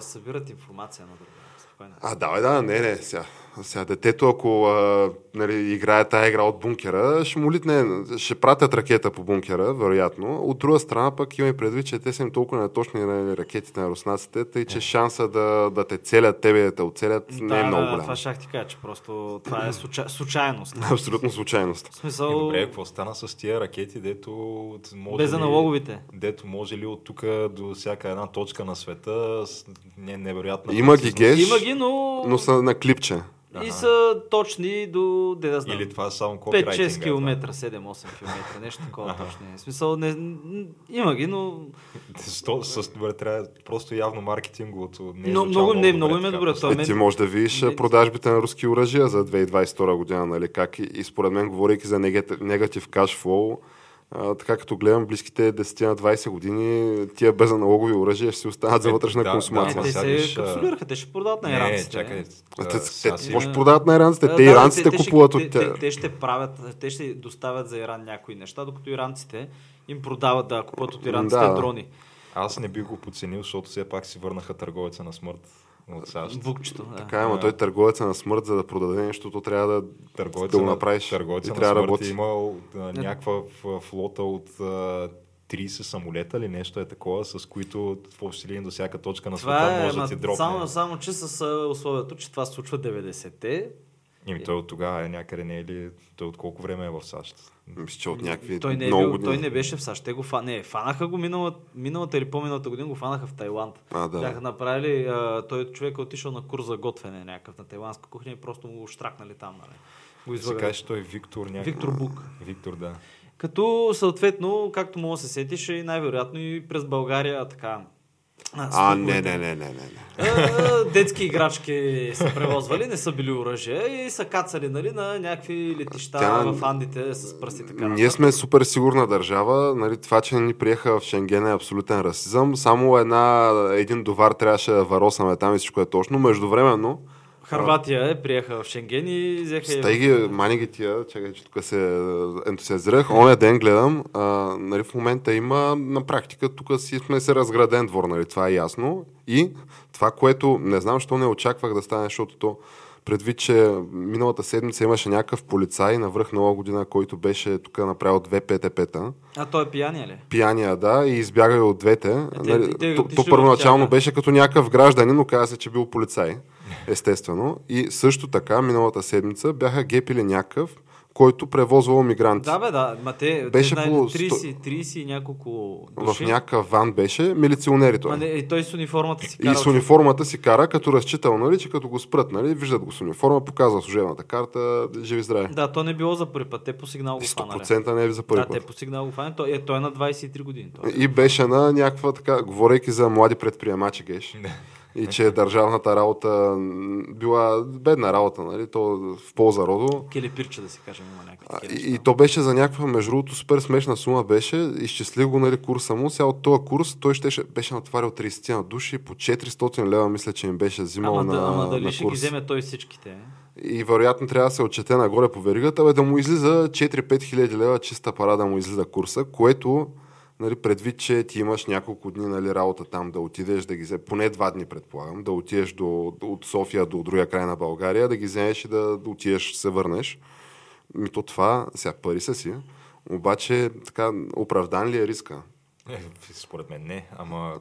Speaker 1: събират информация на друга. Спокойно.
Speaker 2: А, да, да, не, не, сега. Сега детето, ако а, нали, играе тая игра от бункера, ще му литне, ще пратят ракета по бункера, вероятно. От друга страна пък има и предвид, че те са им толкова неточни нали, ракетите на руснаците, тъй че шанса да, да те целят, тебе да те оцелят, не е
Speaker 1: Е. да,
Speaker 2: много
Speaker 1: да,
Speaker 2: голям.
Speaker 1: това ще ти кажа, че просто това е случа... случайност.
Speaker 2: Абсолютно случайност.
Speaker 1: В
Speaker 3: Е,
Speaker 1: смисъл,
Speaker 3: добре, какво стана с тия ракети, дето от- може
Speaker 1: без
Speaker 3: ли-
Speaker 1: аналоговите.
Speaker 3: Дето може ли от тук до всяка една точка на света с не, невероятна
Speaker 2: Има ги
Speaker 3: прецизност?
Speaker 2: геш,
Speaker 1: Има ги, но...
Speaker 2: но са на клипче.
Speaker 1: И са точни до, де да знам,
Speaker 3: Или това е само копирайтинга?
Speaker 1: 5-6
Speaker 3: да?
Speaker 1: км, 7-8 км, нещо такова точно. е. В смисъл, не, н- има ги, но,
Speaker 3: Сто- с- добре, трябва е просто явно маркетинговото. Не е
Speaker 1: но
Speaker 3: звучало
Speaker 1: много, не, много
Speaker 3: добре
Speaker 1: им е
Speaker 3: така,
Speaker 1: добре.
Speaker 3: просто.
Speaker 1: Това
Speaker 2: Е,
Speaker 1: мен-
Speaker 2: ти може да видиш
Speaker 1: мен-
Speaker 2: а, продажбите на руски оръжия за 2022 година, нали, как и, и според мен, говорейки за негати- негатив кашфлоу, а, така като гледам близките 10 на 20 години, тия безаналогови оръжия ще си останат за
Speaker 3: Е,
Speaker 2: вътрешна
Speaker 3: да,
Speaker 1: Е,
Speaker 2: консумация.
Speaker 3: да,
Speaker 1: те
Speaker 3: сядеш,
Speaker 1: се
Speaker 3: а-
Speaker 1: капсулираха, те ще продават е на
Speaker 3: Не,
Speaker 1: иранците.
Speaker 3: чакай.
Speaker 2: А,
Speaker 3: а,
Speaker 2: те,
Speaker 3: сега
Speaker 2: те,
Speaker 3: си-
Speaker 2: може
Speaker 1: е.
Speaker 2: продават на иранците,
Speaker 1: Да,
Speaker 2: те
Speaker 1: да,
Speaker 2: иранците
Speaker 1: ще-
Speaker 2: купуват
Speaker 1: те,
Speaker 2: от тях.
Speaker 1: Те, те ще правят, те ще доставят за Иран някои неща, докато иранците им продават да купуват от иранците
Speaker 2: Да.
Speaker 1: дрони.
Speaker 3: Аз не бих го подценил, защото все пак си върнаха търговеца на смърт от САЩ.
Speaker 1: Букчето. Да.
Speaker 2: Така, ама той е търговеца на смърт, за да продаде нещо, то трябва да,
Speaker 3: Търговеца
Speaker 2: да го
Speaker 3: на-
Speaker 2: направиш.
Speaker 3: Търговеца
Speaker 2: и
Speaker 3: на
Speaker 2: трябва да
Speaker 3: смърт
Speaker 2: работи.
Speaker 3: е имал а, някаква ф- флота от а, 30 самолета или нещо е такова, с които в общи линии до всяка точка на света
Speaker 1: Това е,
Speaker 3: може да ти
Speaker 1: ма,
Speaker 3: дропне.
Speaker 1: само, само, че с а, условието, че това се случва 90-те.
Speaker 3: Ими той от тогава е някъде не е ли, той от колко време е в САЩ?
Speaker 2: Мисля, че от някакви
Speaker 1: Той не, е
Speaker 2: много
Speaker 1: бил,
Speaker 2: години.
Speaker 1: той не беше в САЩ. Те го фа... не, фанаха го миналата, миналата или по-миналата година го фанаха в Тайланд.
Speaker 2: А, да.
Speaker 1: Бяха направили, а, той човек е отишъл на курс за готвене някакъв на тайландска кухня и просто му го штракнали там. Нали. Го
Speaker 3: Се
Speaker 1: извъгали.
Speaker 3: каже, той е Виктор някакъв.
Speaker 1: Виктор Бук.
Speaker 3: Виктор, да.
Speaker 1: Като съответно, както мога да се сетиш, и най-вероятно и през България така. а,
Speaker 2: А, не,
Speaker 1: слуховете.
Speaker 2: не, не, не, не. не.
Speaker 1: А, детски играчки са превозвали, не са били оръжия и са кацали нали, на някакви летища
Speaker 2: Тя-
Speaker 1: в Андите с пръсти така.
Speaker 2: Ние сме супер сигурна държава. Нали, това, че не ни приеха в Шенген е абсолютен расизъм. Само една, един довар трябваше да варосаме там и всичко е точно. Междувременно,
Speaker 1: Харватия е, приеха в Шенген и взеха
Speaker 2: стай ги, мани ги тия, чакай, че тук се ентусиазирах. Оня ден гледам, а, нали, в момента има на практика, тук си сме се разграден двор, нали, това е ясно. И това, което не знам, що не очаквах да стане, защото то предвид, че миналата седмица имаше някакъв полицай на връх нова година, който беше тук направил две ПТП-та.
Speaker 1: А той е пияния ли?
Speaker 2: пияния, да, и избягали от двете.
Speaker 1: те-
Speaker 2: нали,
Speaker 1: те
Speaker 2: то,
Speaker 1: отишли
Speaker 2: то
Speaker 1: в
Speaker 2: първоначално
Speaker 1: тях, да.
Speaker 2: беше като някакъв гражданин, но каза се, че бил полицай. естествено. И също така, миналата седмица бяха гепили някакъв, който превозвал мигранти.
Speaker 1: Да, бе, да. Ма те,
Speaker 2: Беше
Speaker 1: те знае,
Speaker 2: по-
Speaker 1: 30, 30 и няколко
Speaker 2: в
Speaker 1: души.
Speaker 2: някакъв ван беше, милиционери той.
Speaker 1: Ма не, и той с униформата си
Speaker 2: И
Speaker 1: карал.
Speaker 2: с униформата си кара, като разчитал, нали, че като го спрат, нали, виждат го с униформа, показва служебната карта, живи здраве.
Speaker 1: Да, то не било за първи път. Те по сигнал го фанали.
Speaker 2: 100% не е за първи
Speaker 1: да,
Speaker 2: път.
Speaker 1: те по сигнал го фанали. Той, е, той е на 23 години. Той. е.
Speaker 2: И беше на някаква така, говорейки за млади предприемачи, геш. И че държавната работа м, била бедна работа, нали? То в полза родо.
Speaker 1: Келепирче, да си кажем, има някакви
Speaker 2: А,
Speaker 1: такива
Speaker 2: И, и
Speaker 1: неща.
Speaker 2: то беше за някаква, между другото, супер смешна сума беше. Изчисли го, нали, курса му. Сега от този курс той щеше, беше натварил 30 на души по 400 лева, мисля, че им беше взимал
Speaker 1: Ама,
Speaker 2: на,
Speaker 1: да, ама
Speaker 2: на
Speaker 1: дали ще ги
Speaker 2: курс.
Speaker 1: вземе той всичките? е?
Speaker 2: И вероятно трябва да се отчете нагоре по веригата, бе, да му излиза 4-5 хиляди лева чиста пара да му излиза курса, което нали, предвид, че ти имаш няколко дни нали, работа там, да отидеш да ги вземеш, поне два дни предполагам, да отидеш до, от София до другия край на България, да ги вземеш и да отидеш, се върнеш. Ми то това, сега пари са си, обаче така, оправдан ли е риска?
Speaker 3: Е, според мен не, ама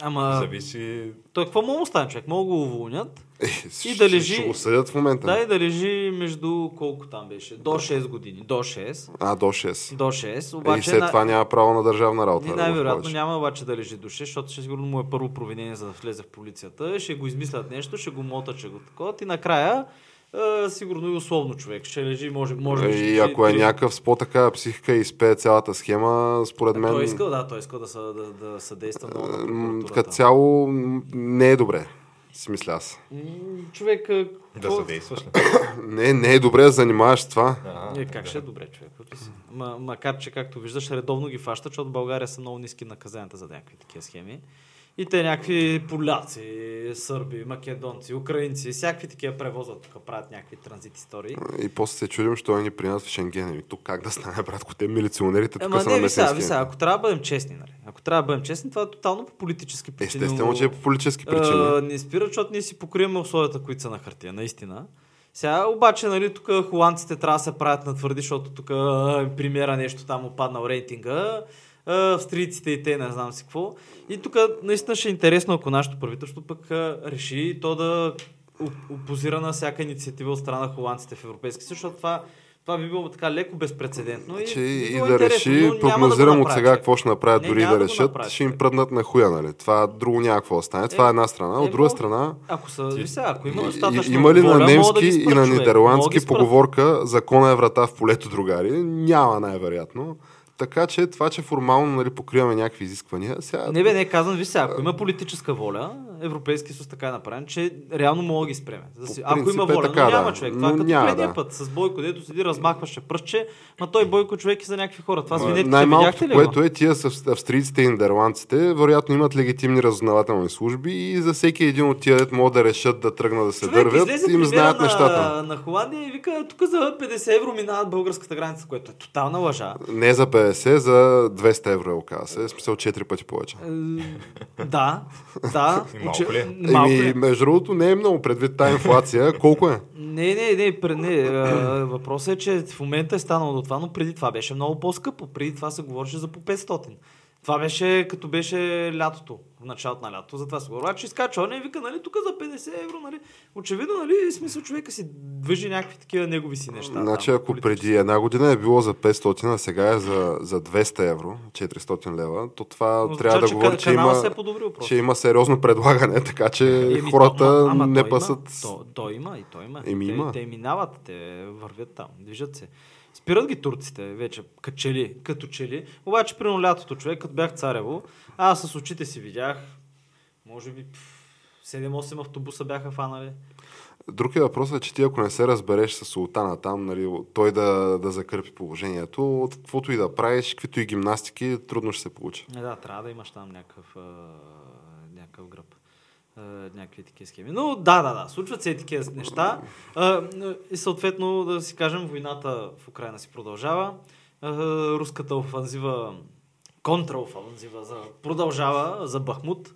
Speaker 1: Ама,
Speaker 3: зависи...
Speaker 1: той какво му остане човек? Мога го уволнят.
Speaker 2: Е,
Speaker 1: И
Speaker 2: ще-
Speaker 1: да лежи-
Speaker 2: Ще го съдят в момента.
Speaker 1: Да, и да лежи между колко там беше? До 6 години. До 6.
Speaker 2: А, до 6.
Speaker 1: До 6.
Speaker 2: и
Speaker 1: Обаче,
Speaker 2: след
Speaker 1: на-
Speaker 2: това няма право на държавна работа.
Speaker 1: Ни
Speaker 2: да,
Speaker 1: най-вероятно
Speaker 2: повече.
Speaker 1: няма обаче да лежи душе, защото ще сигурно му е първо провинение за да влезе в полицията. Ще го измислят нещо, ще го мотат, ще го такова. И накрая, е, сигурно и условно човек. Ще лежи, може, може би. ще
Speaker 2: И
Speaker 1: лежи
Speaker 2: ако е
Speaker 1: три-
Speaker 2: някакъв с по-така психика и изпее цялата схема, според мен,
Speaker 1: Е, Той искал, да, той искал да, са, да, да съдейства много на
Speaker 2: м,
Speaker 1: прокуратурата.
Speaker 2: като цяло м, не е добре. Си мисля аз.
Speaker 1: М, Човек, е,
Speaker 3: Да
Speaker 1: какво-
Speaker 3: съдействаш ли?
Speaker 2: Не, не е добре да занимаваш с това.
Speaker 3: А,
Speaker 1: Е, как ще е добре, човек? оти си. Ма, макар, че, както виждаш, редовно ги фаща, защото в България са много ниски наказанията за някакви такива схеми. И те някакви поляци, сърби, македонци, украинци, всякакви такива превозват тук, правят някакви транзит истории.
Speaker 2: И после се чудим, що ни при нас в Шенген. Ами тук как да стане, братко? Те милиционерите тук
Speaker 1: Ама
Speaker 2: са на
Speaker 1: не, ви сега,
Speaker 2: месенски.
Speaker 1: ви сега, ако трябва да бъдем честни, нали? Ако трябва да бъдем честни, това е тотално по политически причини.
Speaker 2: Естествено, че е по политически
Speaker 1: А,
Speaker 2: причини.
Speaker 1: не спира, защото ние си покриваме условията, които са на хартия, наистина. Сега обаче, нали, тук холандците трябва да се правят на твърди, защото тук а, премиера нещо там опаднал рейтинга, а, австрийците и те не знам си какво. И тук наистина ще е интересно, ако нашето правителство пък а, реши то да оп- опозира на всяка инициатива от страна на холандците в Европейски съюз, защото това, това би било така леко безпредседентно.
Speaker 2: Че
Speaker 1: и,
Speaker 2: Значи, и,
Speaker 1: би
Speaker 2: и
Speaker 1: било
Speaker 2: да
Speaker 1: Е, интересно, но
Speaker 2: реши,
Speaker 1: няма да го
Speaker 2: прогнозирам от
Speaker 1: направят,
Speaker 2: сега
Speaker 1: човек.
Speaker 2: какво ще направят,
Speaker 1: Не,
Speaker 2: дори
Speaker 1: няма
Speaker 2: да
Speaker 1: да го
Speaker 2: решат,
Speaker 1: направят,
Speaker 2: ще им
Speaker 1: човек.
Speaker 2: пръднат на хуя, нали? Това друго няма какво да стане. Това е една страна.
Speaker 1: е,
Speaker 2: От друга
Speaker 1: мога.
Speaker 2: страна,
Speaker 1: Ако са, ви сега, ако има
Speaker 2: И-
Speaker 1: достатъчно
Speaker 2: Има ли
Speaker 1: воля,
Speaker 2: на
Speaker 1: мога да
Speaker 2: немски
Speaker 1: ги спра,
Speaker 2: и на
Speaker 1: човек. Мога да ги
Speaker 2: нидерландски
Speaker 1: спра.
Speaker 2: поговорка закона е врата в полето, другари? Няма най-вероятно. Така че това, че формално нали, покриваме някакви изисквания, сега...
Speaker 1: Не бе, не, казвам ви сега, ако има политическа воля, Европейски съюз така е направен, че реално мога да ги спреме. За да си-
Speaker 2: По
Speaker 1: Ако
Speaker 2: принцип
Speaker 1: има
Speaker 2: е
Speaker 1: воля,
Speaker 2: така,
Speaker 1: но няма
Speaker 2: да.
Speaker 1: човек. Това
Speaker 2: Но
Speaker 1: е като
Speaker 2: няма,
Speaker 1: предния
Speaker 2: да.
Speaker 1: път с Бойко, дето седи, размахваше пръстче, ма той Бойко човек и за някакви хора. Това с
Speaker 2: а,
Speaker 1: винетките видяхте
Speaker 2: Най-малкото,
Speaker 1: ли
Speaker 2: което
Speaker 1: го?
Speaker 2: е, тия с авс- австрийците и нидерландците, вероятно имат легитимни разузнавателни служби и за всеки един от тия дет могат да решат да тръгнат да се
Speaker 1: Човек
Speaker 2: дървят,
Speaker 1: излезе
Speaker 2: им
Speaker 1: премиера
Speaker 2: знаят
Speaker 1: на,
Speaker 2: нещата.
Speaker 1: на Холандия и вика, тук за 50 евро минават българската граница, което е тотална лъжа.
Speaker 2: Не за 50, за 200 евро, е, оказа се. В Смисъл 4 пъти повече.
Speaker 1: Е, да, да.
Speaker 3: И малко ли е?
Speaker 1: Уче- Малко ли
Speaker 2: Еми,
Speaker 1: е?
Speaker 2: между другото, не е много предвид тази инфлация. Колко е?
Speaker 1: Не, не, не, пр- не. а, Въпросът е, че в момента е станало до това, но преди това беше много по-скъпо. Преди това се говореше за по 500. Това беше като беше лятото, в началото на лятото, затова се говори. Че изкача, он и вика, нали, тук за 50 евро, нали. Очевидно, нали, смисъл човека си движи някакви такива негови си неща.
Speaker 2: Значи
Speaker 1: там,
Speaker 2: ако
Speaker 1: политически.
Speaker 2: преди една година е било за 500, а сега е за, за 200 евро, 400 лева, то това
Speaker 1: Означава,
Speaker 2: трябва да
Speaker 1: че
Speaker 2: говори,
Speaker 1: кан-
Speaker 2: че
Speaker 1: канала
Speaker 2: има,
Speaker 1: се е подобрил просто.
Speaker 2: че има сериозно предлагане, така че
Speaker 1: Еми,
Speaker 2: хората
Speaker 1: то- ама- ама
Speaker 2: не
Speaker 1: то
Speaker 2: пасат...
Speaker 1: Има, то, то има и то има.
Speaker 2: Еми,
Speaker 1: те,
Speaker 2: има.
Speaker 1: те минават, те вървят там, движат се. Спират ги турците вече, качели, като чели. Обаче, при лятото човек, като бях в царево, аз с очите си видях, може би, пф, 7-8 автобуса бяха фанали.
Speaker 2: Другият въпрос е, че ти ако не се разбереш с султана там, нали, той да, да закърпи положението, от каквото и да правиш, каквито и гимнастики, трудно ще се получи.
Speaker 1: Е, Да, трябва да имаш там някакъв, а, някакъв гръб. А, някакви такива схеми. Но да, да, да, случват се и такива неща. А, и съответно, да си кажем, войната в Украина си продължава. А, руската офанзива, контраофанзива за, продължава за Бахмут.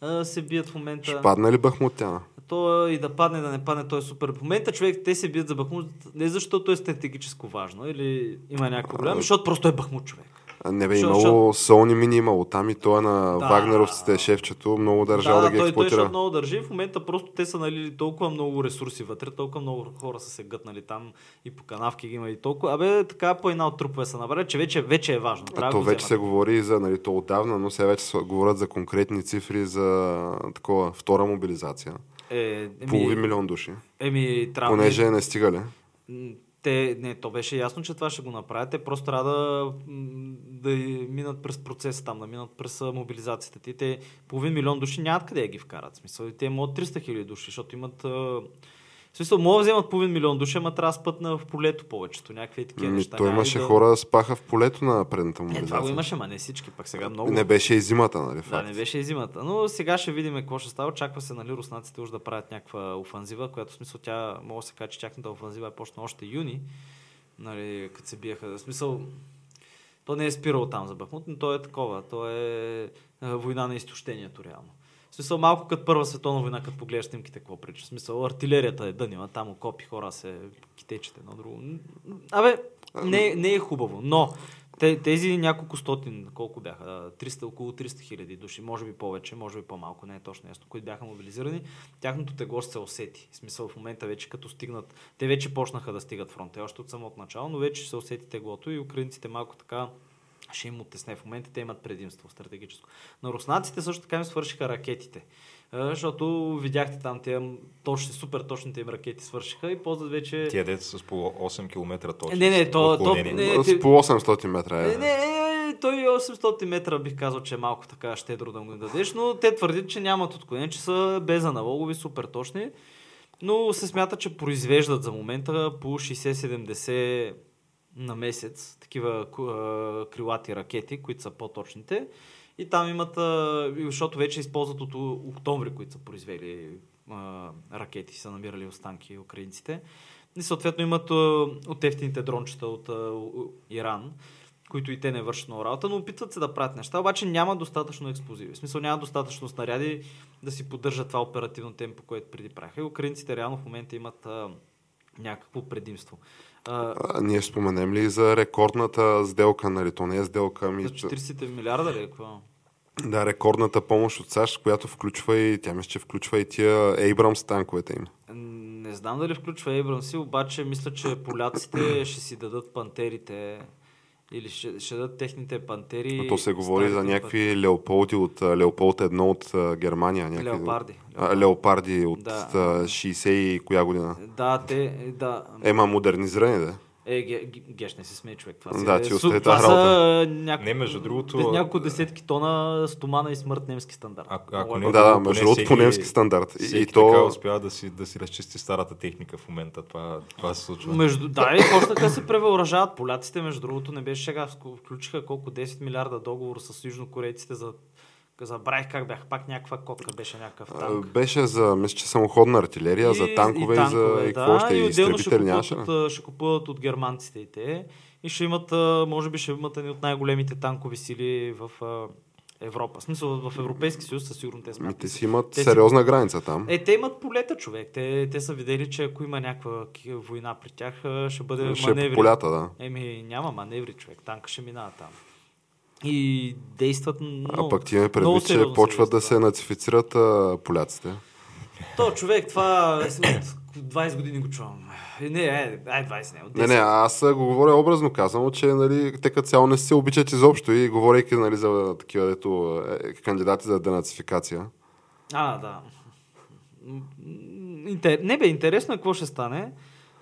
Speaker 1: А, се бият в момента.
Speaker 2: Ще падна ли бахмутяна?
Speaker 1: То и да падне, да не падне, той е супер. В момента човек, те се бият за Бахмут не защото е стратегическо важно или има някакъв проблем, защото просто е Бахмут човек.
Speaker 2: А, Не бе,
Speaker 1: Защо-
Speaker 2: имало Sony мини, имало там и той е на
Speaker 1: Да.
Speaker 2: Вагнеровците шефчето много държал да,
Speaker 1: да, той,
Speaker 2: ги
Speaker 1: той ще
Speaker 2: експлуатира.
Speaker 1: много държи. В момента просто те са налили толкова много ресурси вътре, толкова много хора са се гътнали там и по канавки ги има и толкова. Абе, така по една от трупове са набрали, че вече, вече е важно. Трябва
Speaker 2: А
Speaker 1: да
Speaker 2: то
Speaker 1: го
Speaker 2: вече се
Speaker 1: вземат.
Speaker 2: говори и за, нали, то отдавна, но сега вече се говорят за конкретни цифри за такова втора мобилизация.
Speaker 1: Е,
Speaker 2: Половин
Speaker 1: еми,
Speaker 2: милион души.
Speaker 1: еми, трябва
Speaker 2: Понеже не стигали.
Speaker 1: М, Те, не, то беше ясно, че това ще го направят. Те просто трябва да, м, да и минат през процеса там, да минат през а, мобилизацията. Ти, те половин милион души нямат къде да ги вкарат. В Смисъл, и те имат 300 хиляди души, защото имат... а, В смисъл, могат да вземат половин милион души, ама трябва да спът на в полето повечето. Някакви такива
Speaker 2: Ми,
Speaker 1: неща.
Speaker 2: Ами, то
Speaker 1: няма
Speaker 2: имаше
Speaker 1: и да...
Speaker 2: хора спаха в полето на предната
Speaker 1: Е,
Speaker 2: мобилизация.
Speaker 1: това го имаше, ма не всички, пък сега много.
Speaker 2: Не беше и зимата, нали? Факт.
Speaker 1: Да, не беше и зимата. Но сега ще видим какво ще става. Очаква се, нали, руснаците уж да правят някаква офанзива, която в смисъл тя, мога да се каже, че тяхната офанзива е почна още юни, нали, като се биеха. В смисъл, то не е спирало там за Бахмут, но то е такова. То е а, война на изтощението, реално. В смисъл, малко като Първа световна война, като погледаш снимките, какво прича. В смисъл, артилерията е дънила, там окопи хора се китечат едно друго. Н- н- Абе, не, не е хубаво, но те, тези няколко стотин, колко бяха, а, 300, около 300 хиляди души, може би повече, може би по-малко, не е точно ясно, които бяха мобилизирани, тяхното тегло се усети. В смисъл в момента вече като стигнат, те вече почнаха да стигат фронта, още от самото начало, но вече се усети теглото и украинците малко така ще им оттесне. В момента те имат предимство стратегическо. На руснаците също така им свършиха ракетите. А, Защото видяхте там тия точни, супер точните им ракети свършиха и ползват вече...
Speaker 3: Тия деца с по 8 км точно.
Speaker 1: Не, не, то- то- не,
Speaker 2: Е, С
Speaker 1: ти-
Speaker 2: по 800 метра е.
Speaker 1: Е, не, е, е, той и 800 метра бих казал, че е малко така щедро да му ги дадеш, но те твърдят, че нямат отклонение, че са без аналогови, супер точни, но се смята, че произвеждат за момента по 60-70 на месец такива ку- а, крилати ракети, които са по-точните. И там имат, а, и защото вече използват от о- октомври, които са произвели а, ракети, са намирали останки украинците. И съответно имат а, от ефтините дрончета от а, у- Иран, които и те не вършат много работа, но опитват се да правят неща, обаче няма достатъчно експлозиви. В смисъл няма достатъчно снаряди да си поддържат това оперативно темпо, което преди праха. И украинците реално в момента имат а, някакво предимство. А,
Speaker 2: А, ние споменем ли за рекордната сделка, нали? То не е сделка, ами...
Speaker 1: за 40 милиарда ли е какво?
Speaker 2: Да, рекордната помощ от САЩ, която включва и, тя мисля, че включва и тия Abrams танковете им.
Speaker 1: Не знам дали включва Ебрамси, обаче мисля, че поляците ще си дадат пантерите или ще, ще дадат техните пантери.
Speaker 2: А то се говори за
Speaker 1: старите
Speaker 2: някакви леополди от а, Леополд едно от а, Германия. Някакви...
Speaker 1: Леопарди.
Speaker 2: А, леопарди от
Speaker 1: Да.
Speaker 2: а, 60 и коя година.
Speaker 1: пъти. Да, те, е, да.
Speaker 2: Ема модернизирани, да.
Speaker 1: Е, ге, ге- геш, не се смей, човек. Това си
Speaker 2: Да,
Speaker 1: е
Speaker 2: ти
Speaker 1: су-
Speaker 2: остави
Speaker 1: това
Speaker 2: тази
Speaker 1: са няколко,
Speaker 3: Не, между другото,
Speaker 1: Без няколко десетки тона стомана и смърт немски стандарт.
Speaker 3: А- ако
Speaker 1: Много е
Speaker 3: не-
Speaker 2: Да,
Speaker 1: важно.
Speaker 2: да,
Speaker 3: поне
Speaker 2: между другото по
Speaker 3: всеки-
Speaker 2: немски стандарт. И,
Speaker 3: Всеки
Speaker 2: и
Speaker 3: така
Speaker 2: то...
Speaker 3: успява да си, да си разчисти старата техника в момента. Това, това се случва.
Speaker 1: Между... Да, и почнаха да се превъоръжават. Поляците, между другото, не беше шега. Ск- Включиха колко 10 милиарда договор с южнокорейците за... Забравих как бях. Пак някаква котка беше някакъв
Speaker 2: а,
Speaker 1: танк.
Speaker 2: Беше за, мисля, че самоходна артилерия, за танкове и, за и какво още, и
Speaker 1: отделно ще
Speaker 2: изтребители
Speaker 1: купуват,
Speaker 2: нямаше.
Speaker 1: от, а, ще купуват от германците и те. И ще имат, а, може би ще имат едни от най-големите танкови сили в а, Европа. В смисъл, в Европейски съюз със сигурно те
Speaker 2: Ми, Ами, те
Speaker 1: смятат.
Speaker 2: си имат
Speaker 1: Те си-
Speaker 2: сериозна граница там.
Speaker 1: Е, те имат полета, човек. Те, те са видели, че ако има някаква ки- война при тях, а, ще бъде
Speaker 2: ще е
Speaker 1: маневри.
Speaker 2: по полята, да.
Speaker 1: Еми, няма маневри, човек. Танка ще минава там. И действат много.
Speaker 2: а пък ти ме
Speaker 1: много
Speaker 2: предвид, че
Speaker 1: сериозно
Speaker 2: почват да се
Speaker 1: действа.
Speaker 2: нацифицират а, поляците.
Speaker 1: То, човек, това е с- от 20 години го чувам. Е, Не, е, ай, 20 не, от 10.
Speaker 2: Не, не, аз а, го говоря образно казано, че нали, те като цяло не се обичат изобщо и говорейки нали, за такива дето, е, кандидати за денацификация.
Speaker 1: А, да. М, Интер... Не бе, интересно е какво ще стане.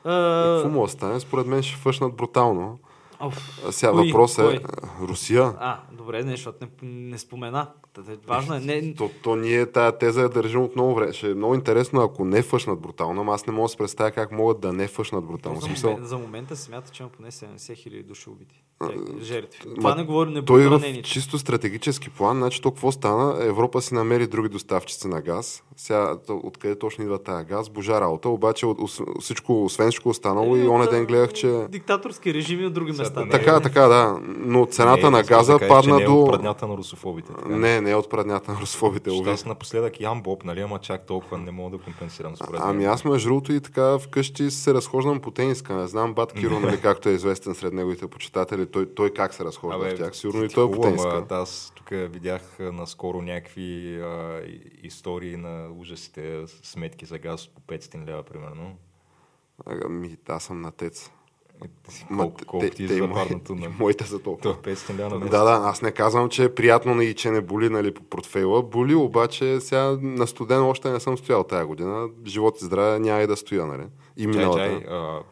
Speaker 1: А...
Speaker 2: Е, Какво му остане? Според мен ще фъшнат брутално.
Speaker 1: Оф,
Speaker 2: А Сега
Speaker 1: Кой?
Speaker 2: въпрос е
Speaker 1: Кой?
Speaker 2: а, Русия.
Speaker 1: А, добре, не, защото не, не спомена. Та- та- Важно е. Не,
Speaker 2: То, то ние тая теза я държим от много време. Ще е много интересно, ако не фъшнат брутално, ама аз не мога да се представя как могат да не фъшнат брутално.
Speaker 1: за,
Speaker 2: Смисъл,
Speaker 1: момент, за момента се смята, че има поне 70 хиляди души убити.
Speaker 2: А,
Speaker 1: Те- Жертви.
Speaker 2: ма,
Speaker 1: Това не говори, не е
Speaker 2: Той е
Speaker 1: бъде
Speaker 2: в
Speaker 1: ранени.
Speaker 2: чисто стратегически план, значи то какво стана? Европа си намери други доставчици на газ. Сега то- откъде точно идва тая газ? Божа работа, обаче от, ос- всичко, освен всичко останало и
Speaker 1: Е,
Speaker 2: оне
Speaker 1: от,
Speaker 2: ден гледах, че
Speaker 1: Диктаторски режими от други
Speaker 3: Сега
Speaker 1: места. стане.
Speaker 2: Така, така, да. Но цената на
Speaker 3: Не, не искаш
Speaker 2: газа
Speaker 3: да кажеш, че
Speaker 2: падна
Speaker 3: не е
Speaker 2: до...
Speaker 3: от праднята на русофобите. Така.
Speaker 2: Не, не е от праднята на русофобите.
Speaker 3: Защото
Speaker 2: уви.
Speaker 3: аз напоследък ям боб, нали, ама чак толкова не мога да компенсирам според мен.
Speaker 2: Ами аз между другото и така вкъщи се разхождам по тениска. Не знам Бат Киро, нали, както е известен сред неговите почитатели, той, той как се разхожда в тях. Сигурно и той е по
Speaker 3: хубаво, ама
Speaker 2: тениска.
Speaker 3: да, Аз тук видях а, наскоро някакви а, и- истории на ужасите сметки за газ по 500 лева, примерно.
Speaker 2: Ами, аз съм на тец. Ма,
Speaker 3: Колко, колко ти е
Speaker 2: те- те и
Speaker 3: за нали?
Speaker 2: мои-
Speaker 3: парното на...
Speaker 2: и Моите са толкова.
Speaker 3: Това е 500 лева на месец.
Speaker 2: Да, да, аз не казвам, че е приятно и че не боли нали, по портфейла. Боли, обаче сега на студен още не съм стоял тази година. Живот и здраве няма и да стоя, нали? И
Speaker 3: Чай,
Speaker 2: миналата.
Speaker 3: чай, а, а,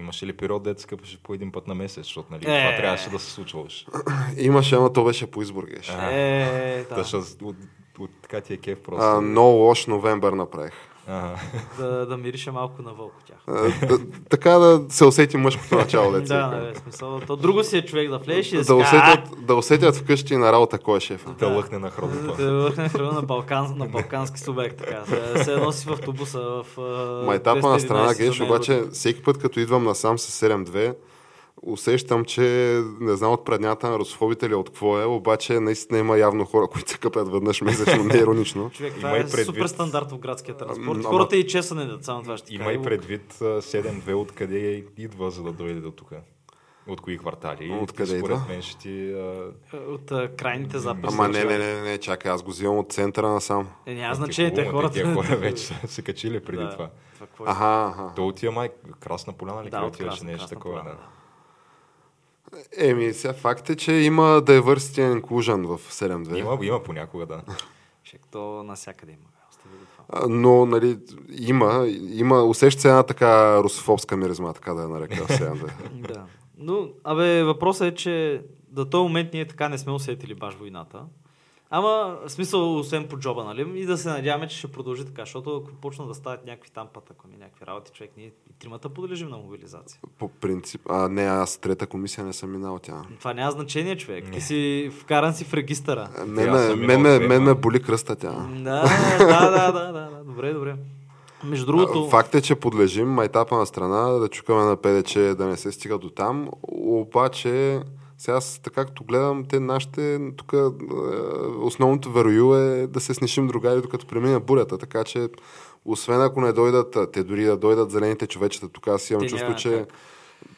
Speaker 3: имаше ли период да скъпаш по един път на месец, защото нали,
Speaker 1: Е.
Speaker 3: това трябваше да се случваше.
Speaker 2: Имаше, ама то беше по избор, геш.
Speaker 3: А,
Speaker 1: Е,
Speaker 3: Да.
Speaker 1: да.
Speaker 3: От, от, от, така ти е кеф просто.
Speaker 2: А, много лош новембър направих.
Speaker 3: Ага.
Speaker 1: да, да мирише малко на вълк от тях.
Speaker 2: А, да, така да се усети мъжкото начало, деца.
Speaker 1: Да, нали, смисъл. То друго си е човек да влезеш и да,
Speaker 2: да, усетят, да усетят вкъщи на работа кой е шефа.
Speaker 3: Да лъхне на хронопа.
Speaker 1: Да върне храна на, балкан, на балкански субект, така. Да се носи в автобуса в... а,
Speaker 2: Майтапа на страна
Speaker 1: 211
Speaker 2: Геш,
Speaker 1: за мен. е
Speaker 2: обаче всеки път, като идвам насам с 7-2, усещам, че не знам от преднята на русофобите или от какво е, обаче наистина има явно хора, които се къпят веднъж месечно, не е иронично.
Speaker 1: Човек,
Speaker 3: Има
Speaker 1: това
Speaker 3: и
Speaker 1: е
Speaker 3: предвид-
Speaker 1: супер стандарт в градския транспорт.
Speaker 2: Ама-
Speaker 1: Хората и чесане деца на това ще ти
Speaker 3: Има
Speaker 1: кажа.
Speaker 3: и предвид а, 7-2 откъде идва, за да дойде до тук. От кои квартали.
Speaker 2: Откъде
Speaker 3: Според
Speaker 2: идва?
Speaker 3: мен ще ти... А...
Speaker 1: От а, крайните записи.
Speaker 2: Ама не, не, не, не, чакай, аз го взимам от центъра насам.
Speaker 1: Е, няма
Speaker 3: ти
Speaker 1: значение, те
Speaker 3: хубаво,
Speaker 1: хората...
Speaker 3: Тия хора вече са се качили преди
Speaker 1: Да,
Speaker 3: това.
Speaker 1: какво е?
Speaker 2: Аха, аха.
Speaker 3: То отива май Красна поляна ли
Speaker 1: Да,
Speaker 3: къде
Speaker 1: от
Speaker 3: отиваше
Speaker 1: Красна-
Speaker 3: нещо
Speaker 1: Красна
Speaker 3: такова.
Speaker 1: поляна,
Speaker 3: да.
Speaker 2: Еми, сега факт е, че има diversity and inclusion в 7-2.
Speaker 3: Има, има понякога, да.
Speaker 1: Чек, то насякъде има. бе, Остави го това.
Speaker 2: А, Но, нали, има, има, усеща се една така русофобска миризма, така да я нарека в 7-2.
Speaker 1: Да. Но, абе, въпросът е, че до този момент ние така не сме усетили баш войната. Ама, в смисъл, освен по джоба, нали? И да се надяваме, че ще продължи така, защото ако почна да стават някакви там патакоми, някакви работи, човек, ние и тримата подлежим на мобилизация.
Speaker 2: По принцип, а не, аз трета комисия не съм минал тя.
Speaker 1: Но Това няма значение, човек. Ти си вкаран си в регистъра.
Speaker 2: Мен,
Speaker 3: Ти, аз
Speaker 2: ме-
Speaker 3: съм
Speaker 2: мен,
Speaker 3: минал
Speaker 2: ме-
Speaker 3: две,
Speaker 2: мен ме
Speaker 3: ма.
Speaker 2: боли кръста тя.
Speaker 1: Да, да, да, да, да, да. Добре, добре. Между другото,
Speaker 2: Факт е, че подлежим майтапа на страна, да чукаме на ПДЧ, да не се стига до там. Обаче, сега аз така като гледам, те нашите, тук е, основното верою е да се снишим другари, докато премине бурята. Така че, освен ако не дойдат, а, те дори да дойдат зелените човечета, тук аз имам
Speaker 1: Те
Speaker 2: чувство,
Speaker 1: няма
Speaker 2: че
Speaker 1: как.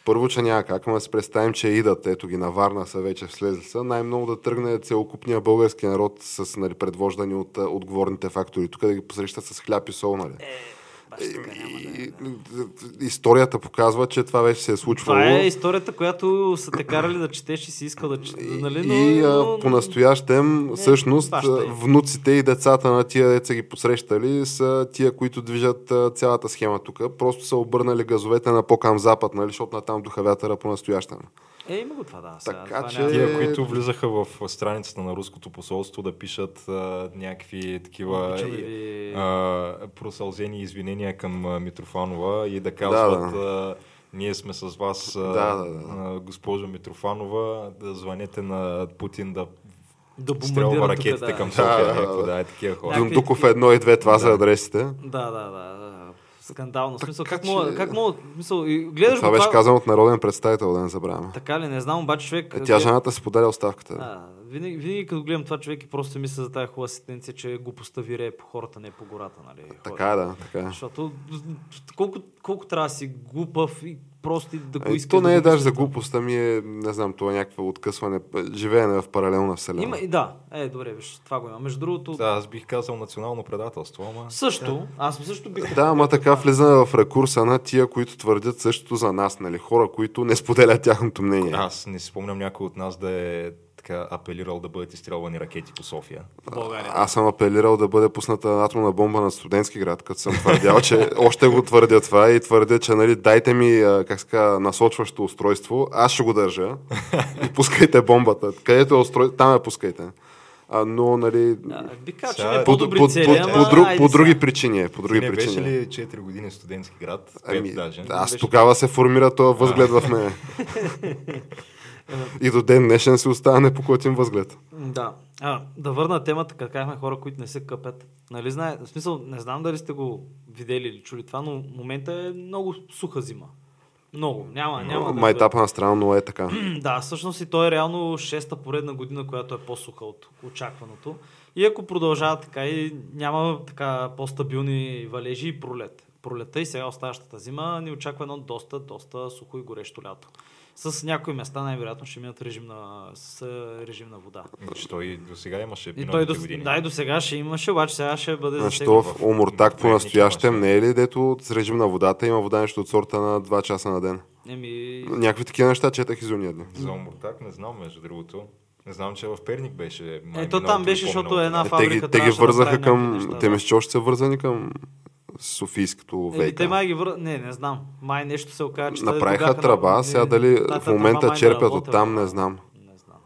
Speaker 2: първо, че няма как, ама да си представим, че идат, ето ги на Варна са вече слезли са, най-много да тръгне целокупния български народ с нали, предвождани от а, отговорните фактори. Тук да ги посрещат с хляб и сол, нали?
Speaker 1: е, баш така няма да е.
Speaker 2: И- и- Историята показва, че това вече се е случвало.
Speaker 1: Това е историята, която са те карали да четеш и си искал да четеш. Нали? Но,
Speaker 2: и
Speaker 1: но-
Speaker 2: а, по-настоящем, всъщност,
Speaker 1: баща
Speaker 2: а,
Speaker 1: им.
Speaker 2: внуците и децата на тия деца ги посрещали са тия, които движат а, цялата схема тук. Просто са обърнали газовете на по-към запад, нали, защото натам духа вятъра по-настоящем.
Speaker 1: Е, има го това, да. Сега,
Speaker 2: Така
Speaker 1: това
Speaker 2: че-
Speaker 1: няма-
Speaker 3: Тия, които влизаха в страницата на руското посолство да пишат а, някакви такива
Speaker 1: Обичаме ви.
Speaker 3: а, просълзени извинения към а, Митрофанова и да казват а, ние сме с вас, а,
Speaker 2: Да, да, да.
Speaker 3: а, госпожо Митрофанова, да звънете на Путин да,
Speaker 1: Да бомбардира
Speaker 3: стрелва
Speaker 1: тук,
Speaker 3: ракетите
Speaker 1: да.
Speaker 3: към
Speaker 1: Да,
Speaker 3: София.
Speaker 2: да, да,
Speaker 3: някакво,
Speaker 2: да.
Speaker 3: да, е такива хора.
Speaker 1: Да.
Speaker 2: Дундуков едно и две, това са адресите.
Speaker 1: Да, да, да. да. Скандално. В Смисъл,
Speaker 2: Така
Speaker 1: как мога,
Speaker 2: че-
Speaker 1: как мога, мисъл, и гледаш
Speaker 2: Това
Speaker 1: го
Speaker 2: беше
Speaker 1: това,
Speaker 2: казано от народен представител, да не забравяме.
Speaker 1: така ли, не знам, обаче човек...
Speaker 2: Е, Тя жената си подаде оставката.
Speaker 1: А, винаги, винаги, като гледам това човек и просто си мисля за тази хубава сентенция, че глупостта вирее по хората, не по гората, нали?
Speaker 2: Така е, да, така е.
Speaker 1: Защото колко, колко трябва да си глупав и просто и да го
Speaker 2: Е,
Speaker 1: искаш.
Speaker 2: то не
Speaker 1: да
Speaker 2: е
Speaker 1: го
Speaker 2: даже за глупост, ами е, не знам, това е някакво откъсване, п- живеене в паралелна вселена.
Speaker 1: Има, и да, е, добре, виж, това го има. Между другото,
Speaker 3: Да, аз бих казал национално предателство, ама...
Speaker 1: също, аз също бих...
Speaker 2: Да, ама така влизаме в рекурса на тия, които твърдят същото за нас, нали? Хора, които не споделят тяхното мнение.
Speaker 3: Аз не си спомням някой от нас да е така апелирал да бъдат изстрелвани ракети по София.
Speaker 1: в България.
Speaker 2: Аз съм апелирал да бъде пусната атомна бомба на студентски град, като съм твърдял, че още го твърдя това и твърдя, че нали, дайте ми а, как ска, насочващо устройство, аз ще го държа и пускайте бомбата. Където е устройство, там я пускайте. А, но, нали,
Speaker 1: Да, бих казал, че
Speaker 3: Сега
Speaker 1: не
Speaker 3: е
Speaker 1: е
Speaker 2: по,
Speaker 1: по-добри
Speaker 2: по,
Speaker 1: цели,
Speaker 2: по,
Speaker 1: ама
Speaker 2: по, друг,
Speaker 1: айде
Speaker 2: по
Speaker 1: сега.
Speaker 2: други причини е, по други
Speaker 3: не
Speaker 2: причини.
Speaker 3: беше ли 4 години студентски град? 5
Speaker 2: Ами,
Speaker 3: даже.
Speaker 2: Аз тогава се формира този възглед в мене. И до ден днешен си остава непоклатим възглед.
Speaker 1: Да. А, да върна темата, как казахме хора, които не се къпят. Нали, знае, в смисъл, не знам дали сте го видели или чули това, но момента е много суха зима. Много. Няма, няма. да-
Speaker 2: Майтапа на страна, но е така.
Speaker 1: Да, всъщност и той е реално шеста поредна година, която е по-суха от очакваното. И ако продължава така и няма така по-стабилни валежи и пролет. Пролета и сега оставащата зима ни очаква едно доста, доста сухо и горещо лято. С някои места най-вероятно ще минат режим на, с режим на вода.
Speaker 3: Значи той и до сега имаше
Speaker 1: И той
Speaker 3: миналите
Speaker 1: до,
Speaker 3: години.
Speaker 1: да, и до сега ще имаше, обаче сега ще бъде
Speaker 2: Значи
Speaker 1: засегнат.
Speaker 2: то в Омуртак
Speaker 3: в-
Speaker 2: по-настоящем не е ли дето с режим на водата има вода нещо от сорта на 2 часа на ден?
Speaker 1: Еми,
Speaker 2: Някакви такива неща четах изумния дни.
Speaker 3: За Омуртак не знам, между другото. Не знам, че в Перник беше. май
Speaker 1: Ето там
Speaker 3: миналото
Speaker 1: беше,
Speaker 3: или
Speaker 1: защото
Speaker 3: по-миналото.
Speaker 1: една
Speaker 2: Е, те, ги,
Speaker 1: фабрика
Speaker 2: те ги
Speaker 1: трябваше да
Speaker 2: вързаха
Speaker 1: направи
Speaker 2: към...
Speaker 1: някакви неща,
Speaker 2: те
Speaker 1: да.
Speaker 2: мисля, че още са вързани към Софийското
Speaker 1: Еми,
Speaker 2: ВК.
Speaker 1: те май ги вър... Не, не знам. Май нещо се оказа, че... те
Speaker 2: Направиха
Speaker 1: догоняха
Speaker 2: тръба,
Speaker 1: на-
Speaker 2: сега дали
Speaker 1: Да,
Speaker 2: в
Speaker 1: та тръба
Speaker 2: момента
Speaker 1: май не
Speaker 2: черпят
Speaker 1: работела.
Speaker 2: от там, не знам.
Speaker 1: Не знам.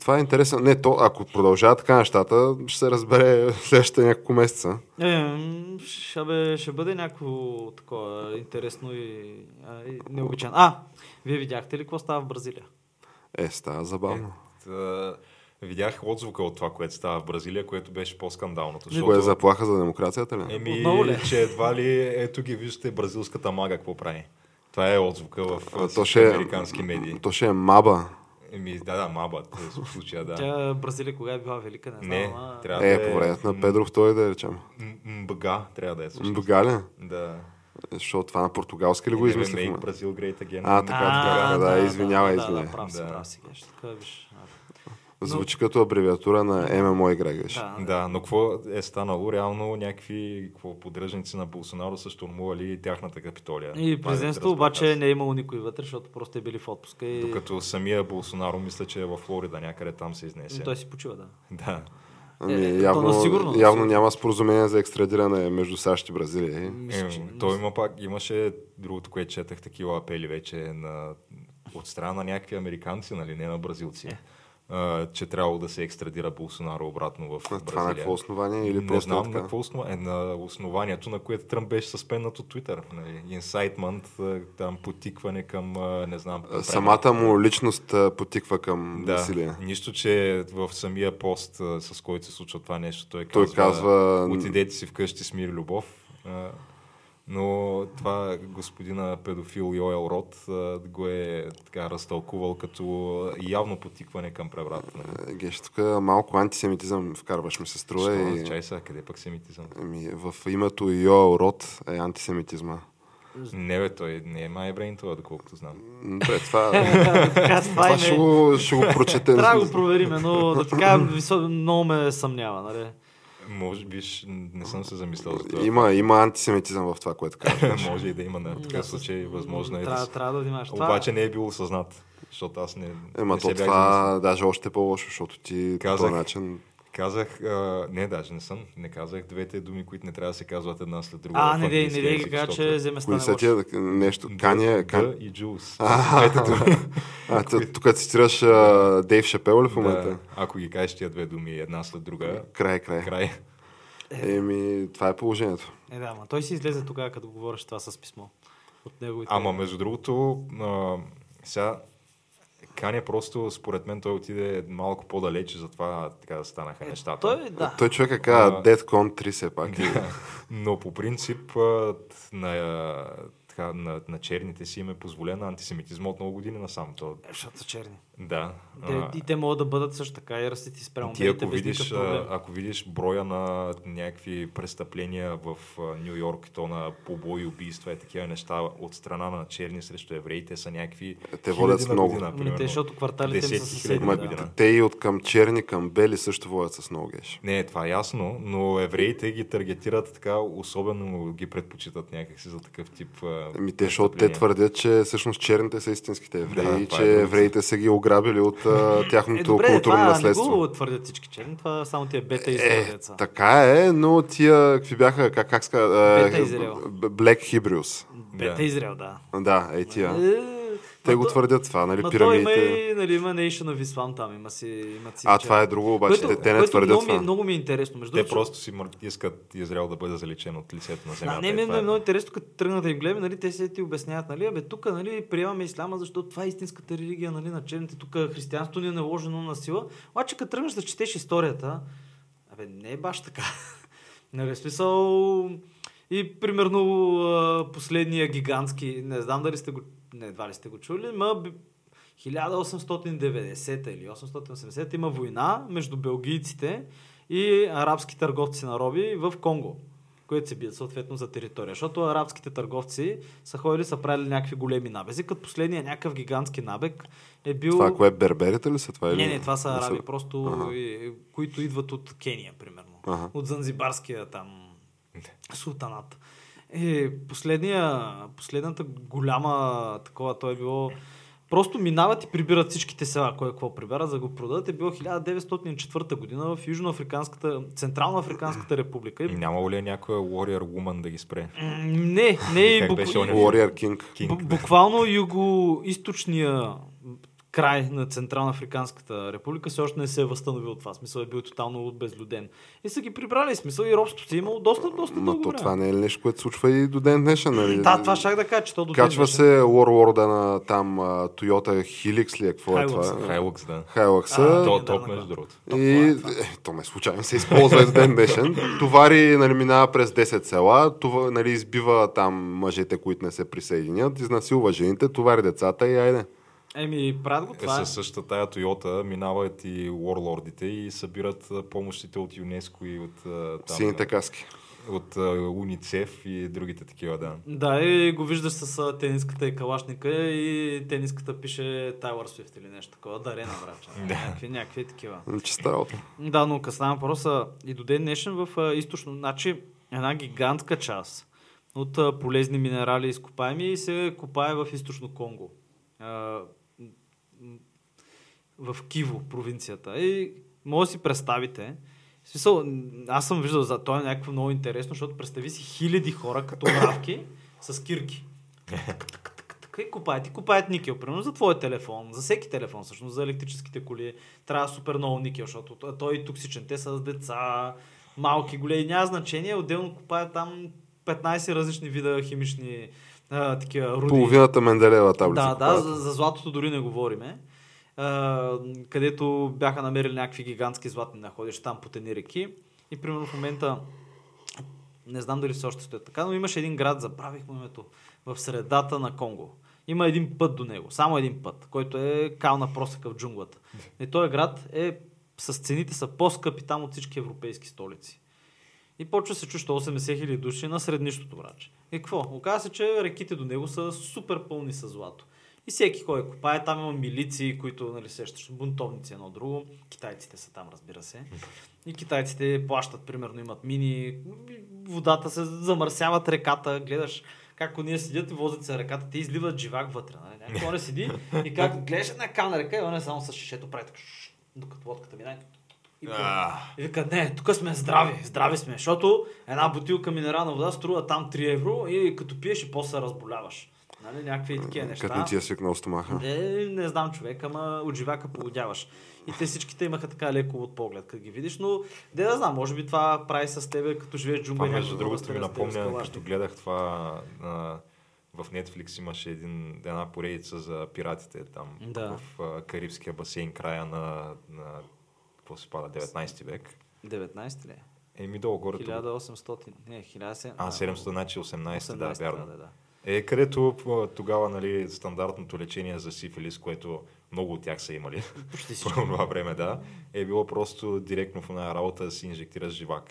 Speaker 2: Това е интересно. Не, то ако продължава така нещата, ще се разбере следващите няколко месеца.
Speaker 1: Е, м, ще, бе, ще бъде някакво такова интересно и, а, и необичайно. А, вие видяхте ли какво става в Бразилия?
Speaker 2: Е, става забавно.
Speaker 3: Та, Е, Видях отзвука от това, което става в Бразилия, което беше по-скандалното.
Speaker 2: Е, Кое е заплаха за демокрацията ли?
Speaker 3: Еми,
Speaker 1: Отново ли?
Speaker 3: че едва ли ето ги виждате бразилската мага какво прави. Това е отзвука в
Speaker 2: А,
Speaker 3: всички
Speaker 2: то, ще, е-
Speaker 3: американски медии.
Speaker 2: то ще е маба.
Speaker 3: Еми, да, да, маба в случая, да.
Speaker 1: Тя Бразилия кога е била велика, не знам.
Speaker 3: Не,
Speaker 1: ама-
Speaker 3: трябва
Speaker 2: Е,
Speaker 3: да е...
Speaker 2: по времето на Педро II да речем.
Speaker 3: М- Мбга трябва да е също.
Speaker 2: Бугаля?
Speaker 3: Да.
Speaker 2: Защото това на португалски ли го
Speaker 3: Е,
Speaker 2: измислих?
Speaker 3: Make Brazil Great Again.
Speaker 2: А, така,
Speaker 1: А,
Speaker 2: така, да, извинявай,
Speaker 1: да, Да,
Speaker 2: извинявай.
Speaker 1: да, прав си,
Speaker 3: Да.
Speaker 1: прав си. Геш, така е, беше.
Speaker 2: Звучи като абревиатура на ММО игра, геш.
Speaker 1: Да,
Speaker 3: Да, но какво е станало? Реално някакви какво, поддръжници на Болсонаро са штурмували тяхната капитолия.
Speaker 1: И
Speaker 3: Това е
Speaker 1: президентството
Speaker 3: разбрах
Speaker 1: обаче
Speaker 3: аз.
Speaker 1: не е имало никой вътре, защото просто е били в отпуска и
Speaker 3: Докато самия Болсонаро мисля, че е във Флорида, някъде там се изнесе.
Speaker 1: той си почива, да.
Speaker 3: Да.
Speaker 1: Е, е,
Speaker 2: Ами,
Speaker 1: то на
Speaker 2: явно,
Speaker 1: сигурно, на
Speaker 2: явно
Speaker 1: сигурно.
Speaker 2: няма споразумение за екстрадиране между САЩ и Бразилия.
Speaker 1: Мисля, че...
Speaker 3: Е, той има пак, имаше другото, което четах, такива апели вече на, от страна на някакви американци, нали, не на бразилци,
Speaker 1: Е.
Speaker 3: а, че трябвало да се екстрадира Болсонаро обратно в
Speaker 2: На
Speaker 3: Бразилия.
Speaker 2: това на какво основание или
Speaker 3: не
Speaker 2: просто
Speaker 3: знам на
Speaker 2: така?
Speaker 3: какво основание, е, на основанието, на което Тръмп беше съспеннат от Твитър. Нали? Инсайтмент, а, там потикване към, а, не знам...
Speaker 2: А, Самата му личност а, потиква към
Speaker 3: да,
Speaker 2: насилие.
Speaker 3: нищо, че в самия пост, а, с който се случва това нещо, той
Speaker 2: Той
Speaker 3: казва,
Speaker 2: казва,
Speaker 3: отидете си вкъщи с мир и любов. А, Но това господина педофил Йоел Рот а, го е така разтълкувал като явно потикване към преврат. Нали?
Speaker 2: е, геш, тук малко антисемитизъм вкарваш ми се струва.
Speaker 3: Що,
Speaker 2: И,
Speaker 3: е, Чай сега, къде пък семитизъм?
Speaker 2: ами, в името Йоел Рот е антисемитизма.
Speaker 3: Не бе, той не е май еврейн това, доколкото знам.
Speaker 2: М, Добре, това,
Speaker 1: Така, това
Speaker 2: това
Speaker 1: им
Speaker 2: ще
Speaker 1: е...
Speaker 2: го, ще го прочетем.
Speaker 1: Трябва да го проверим, но да така висо... много ме съмнява, нали?
Speaker 3: Може би, ш- не съм се замислял за това.
Speaker 2: Има, има антисемитизъм в това, което казваш.
Speaker 3: Може и да има на
Speaker 1: Да,
Speaker 3: такъв случай, възможно е. да
Speaker 1: Трябва,
Speaker 3: с-
Speaker 1: трябва да внимаваш. Това...
Speaker 3: Обаче не е било осъзнат, защото аз не,
Speaker 2: Ема
Speaker 3: не
Speaker 2: то
Speaker 3: се бях
Speaker 2: това
Speaker 3: замислил.
Speaker 2: даже още по-лошо, защото ти по
Speaker 3: Казах.
Speaker 2: този начин...
Speaker 3: Казах, а, не, даже не съм, не казах двете думи, които не трябва да се казват една след друга.
Speaker 1: А,
Speaker 3: в
Speaker 1: не дей, не
Speaker 3: английски
Speaker 1: дей,
Speaker 3: език,
Speaker 1: така че
Speaker 3: защото
Speaker 1: вземе
Speaker 2: Кои
Speaker 1: стане
Speaker 2: са
Speaker 1: лошо.
Speaker 2: тия так- нещо?
Speaker 3: Д-
Speaker 2: Кания...
Speaker 3: Д
Speaker 2: Кан...
Speaker 3: и Джулс.
Speaker 2: А, т- тук цитираш а, Дейв Шапел ли е в
Speaker 3: Да,
Speaker 2: момента? Е.
Speaker 3: ако ги кажеш тия две думи една след друга,
Speaker 2: Край, край.
Speaker 3: край.
Speaker 2: Еми, това е положението.
Speaker 1: Е, да, ама той си излезе тогава, като говориш това с писмо. От неговите...
Speaker 3: Ама, между другото, а, сега Кане просто, според мен, той отиде малко по-далече, затова така станаха нещата.
Speaker 1: Е, Той, да.
Speaker 2: Той е човека каза
Speaker 3: А.
Speaker 2: Deadcon 3 все пак.
Speaker 3: Но по принцип а, т- на, така, на, на черните си им е позволен антисемитизма от много години насам. То,
Speaker 1: Е, Защото са черни.
Speaker 3: да.
Speaker 1: Те,
Speaker 3: А,
Speaker 1: и те могат да бъдат също така и расити спрямо
Speaker 3: ти ако
Speaker 1: белите без
Speaker 3: видиш,
Speaker 1: никакъв
Speaker 3: а,
Speaker 1: проблем.
Speaker 3: ако видиш броя на някакви престъпления в Нью Йорк, то на побои, убийства и такива неща от страна на черни срещу евреи, те са някакви
Speaker 2: Те
Speaker 3: хиляди
Speaker 2: водят с
Speaker 3: на
Speaker 2: много.
Speaker 3: година,
Speaker 1: Ами,
Speaker 3: примерно.
Speaker 1: те, защото кварталите им са
Speaker 3: Десетки хиляди
Speaker 1: съседни,
Speaker 2: Ма,
Speaker 3: на
Speaker 1: да.
Speaker 3: година.
Speaker 2: те и от към черни към бели също водят с много геш.
Speaker 3: Не, това е ясно, но евреите ги таргетират така, особено ги предпочитат някакси за такъв тип. а,
Speaker 2: Ами те, защото те
Speaker 3: престъпления.
Speaker 2: твърдят, че всъщност черните са истинските евреи
Speaker 3: Е, Да,
Speaker 2: и
Speaker 3: това
Speaker 2: че
Speaker 3: е принцип.
Speaker 2: евреите са ги ограбили от а,
Speaker 1: Е,
Speaker 2: тяхното
Speaker 1: добре,
Speaker 2: културно
Speaker 1: това не
Speaker 2: наследство.
Speaker 1: го твърдят всички черни, това само тия бета и
Speaker 2: Е,
Speaker 1: деца.
Speaker 2: така е, но тия, какви бяха, как, как ска, е,
Speaker 1: Бета Израел.
Speaker 2: Black Hebrews.
Speaker 1: Бета
Speaker 3: Да.
Speaker 1: Израел, да.
Speaker 2: Да, е тия.
Speaker 1: Е,
Speaker 2: Те
Speaker 1: ма
Speaker 2: го
Speaker 1: то-
Speaker 2: твърдят това, нали,
Speaker 1: Ма то има
Speaker 2: пирамидите.
Speaker 1: и, нали, има Nation of Islam там, има си, имат си
Speaker 2: А,
Speaker 1: вечер.
Speaker 2: това е друго, обаче те, те не твърдят
Speaker 1: много, ми,
Speaker 2: това.
Speaker 1: много ми е интересно. Между
Speaker 3: Те
Speaker 1: другото,
Speaker 3: просто си мър- искат Израел да бъде заличен от лицето на земята.
Speaker 1: Да, не,
Speaker 3: Е,
Speaker 1: мен
Speaker 3: това
Speaker 1: ми е
Speaker 3: е.
Speaker 1: много интересно, като тръгна да им гледам, нали, те се ти обясняват, нали, абе, тук, нали, приемаме исляма, защото това е истинската религия, нали, на черните, тук християнството ни е наложено на сила. Обаче, като тръгнеш да четеш историята, абе, не е баш така. нали, в смисъл... И примерно а, последния гигантски, не знам дали сте го, не, едва ли сте го чули, ма б- 1890 или 1880 има война между белгийците и арабски търговци на роби в Конго, които се бият съответно за територия. Защото арабските търговци са ходили, са правили някакви големи набези, като последния някакъв гигантски набег е бил...
Speaker 2: Това кое берберите ли са това? или-
Speaker 1: Не, не, това са
Speaker 2: не
Speaker 1: араби, просто
Speaker 2: Ага.
Speaker 1: и- които идват от Кения, примерно.
Speaker 2: Ага.
Speaker 1: От Занзибарския там султанат. Е, последния, последната голяма такова, то е било... Просто минават и прибират всичките села, кой какво прибера, за да го продадат. Е било 1904 година в Южноафриканската, Централноафриканската република. И...
Speaker 3: И нямало ли е някоя Warrior Woman да ги спре?
Speaker 1: М, Не, не и
Speaker 3: Как
Speaker 1: бу-
Speaker 3: беше
Speaker 1: и-
Speaker 3: оня
Speaker 2: Warrior King.
Speaker 3: Кинг.
Speaker 1: Бу- буквално юго-источния край на Централноафриканската република все още не се е възстановил от това. Смисъл е бил тотално безлюден. И са ги прибрали. Смисъл и робството си е имало доста, доста
Speaker 2: Ма
Speaker 1: дълго
Speaker 2: то
Speaker 1: време.
Speaker 2: това не е ли нещо, което случва и до ден днешен, нали?
Speaker 1: Да, това шах да кажа, че то до ден
Speaker 2: Качва
Speaker 1: днешен-
Speaker 2: се Warlord на там а, Toyota Hilux ли е, какво е
Speaker 1: Hilux.
Speaker 2: това?
Speaker 3: Хайлукс, да.
Speaker 1: А,
Speaker 2: Hilux.
Speaker 3: То
Speaker 1: да,
Speaker 3: топ,
Speaker 1: да,
Speaker 3: между
Speaker 1: да.
Speaker 3: другото.
Speaker 2: И
Speaker 1: това е,
Speaker 2: е, то ме случайно се използва и до ден днешен. Товари нали, минава през 10 села, това, нали, избива там мъжете, които не се присъединят, изнасилва жените, товари децата и айде.
Speaker 1: Еми, правят го
Speaker 3: Е,
Speaker 1: това. Е,
Speaker 3: със същата тая Toyota минават и Warlordите и събират а, помощите от ЮНЕСКО и от, а, там,
Speaker 2: Сините каски.
Speaker 3: от а, УНИЦЕФ и другите такива, да.
Speaker 1: Да, и го виждаш с а, тениската и калашника и тениската пише Тайлър Свифт или нещо такова. Дарена, брат. някакви, някакви такива.
Speaker 2: Чиста работа.
Speaker 1: Да, но късна въпроса. И до ден днешен в а, източно, значи една гигантска част от а, полезни минерали изкопаеми се копае в източно Конго. А, м- м- в Киво, провинцията. И може да си представите, в смисъл, н- аз съм виждал за това е някакво много интересно, защото представи си хиляди хора като мравки с кирки. Така и купаят. И купаят никел, примерно за твой телефон, за всеки телефон, всъщност за електрическите коли. Трябва супер много никел, защото т- той е токсичен. Те са с деца, малки, големи, няма значение. Отделно купаят там 15 различни вида химични а, такива руди.
Speaker 2: Половината Менделева таблица.
Speaker 1: Да, да,
Speaker 2: купаят.
Speaker 1: за, за златото дори не говориме. А, където бяха намерили някакви гигантски златни находища там по тени реки. И примерно в момента, не знам дали все още стоят така, но имаше един град, забравих му името, в средата на Конго. Има един път до него, само един път, който е кална просека в джунглата. И този град е с цените са по-скъпи там от всички европейски столици. И почва се чуща 80 хиляди души на среднищото враче. И какво? Оказва се, че реките до него са супер пълни с злато. И всеки кой копае, там има милиции, които, нали, сещаш, бунтовници едно друго. Китайците са там, разбира се. И китайците плащат, примерно, имат мини, водата се замърсяват реката, гледаш как ние седят и возят се реката, те изливат живак вътре. Нали? Някой не седи и как гледаш една кана река и он е само с шишето прави така, шш, докато лодката минае. И пълни. И вика, не, тук сме здрави, здрави сме, защото една бутилка минерална вода струва там 3 евро и като пиеш и после се разболяваш. Нали, някакви такива неща.
Speaker 2: Като не ти е свикнал стомаха.
Speaker 1: Е, не знам човек, ама от живака полудяваш. И те всичките имаха така леко от поглед, като ги видиш, но де да знам, може би това прави с тебе, като живееш в джунгла.
Speaker 3: Това, между
Speaker 1: някаква е
Speaker 3: другото, ми
Speaker 1: друга сте- с
Speaker 3: напомня,
Speaker 1: калашник.
Speaker 3: като гледах това а, в Netflix имаше един, една поредица за пиратите там
Speaker 1: Да.
Speaker 3: в а, Карибския басейн, края на, на какво се пада, 19 век.
Speaker 1: 19 ли? е?
Speaker 3: Еми долу горе.
Speaker 1: 1800, не, 1700.
Speaker 3: А, 700, значи 18, 18 да,
Speaker 1: 18,
Speaker 3: вярно.
Speaker 1: да, да, да.
Speaker 3: Е, където а, тогава, нали, стандартното лечение за сифилис, което много от тях са имали
Speaker 1: Почти
Speaker 3: по
Speaker 1: всички.
Speaker 3: това време, да, е било просто директно в една работа да си инжектираш живак.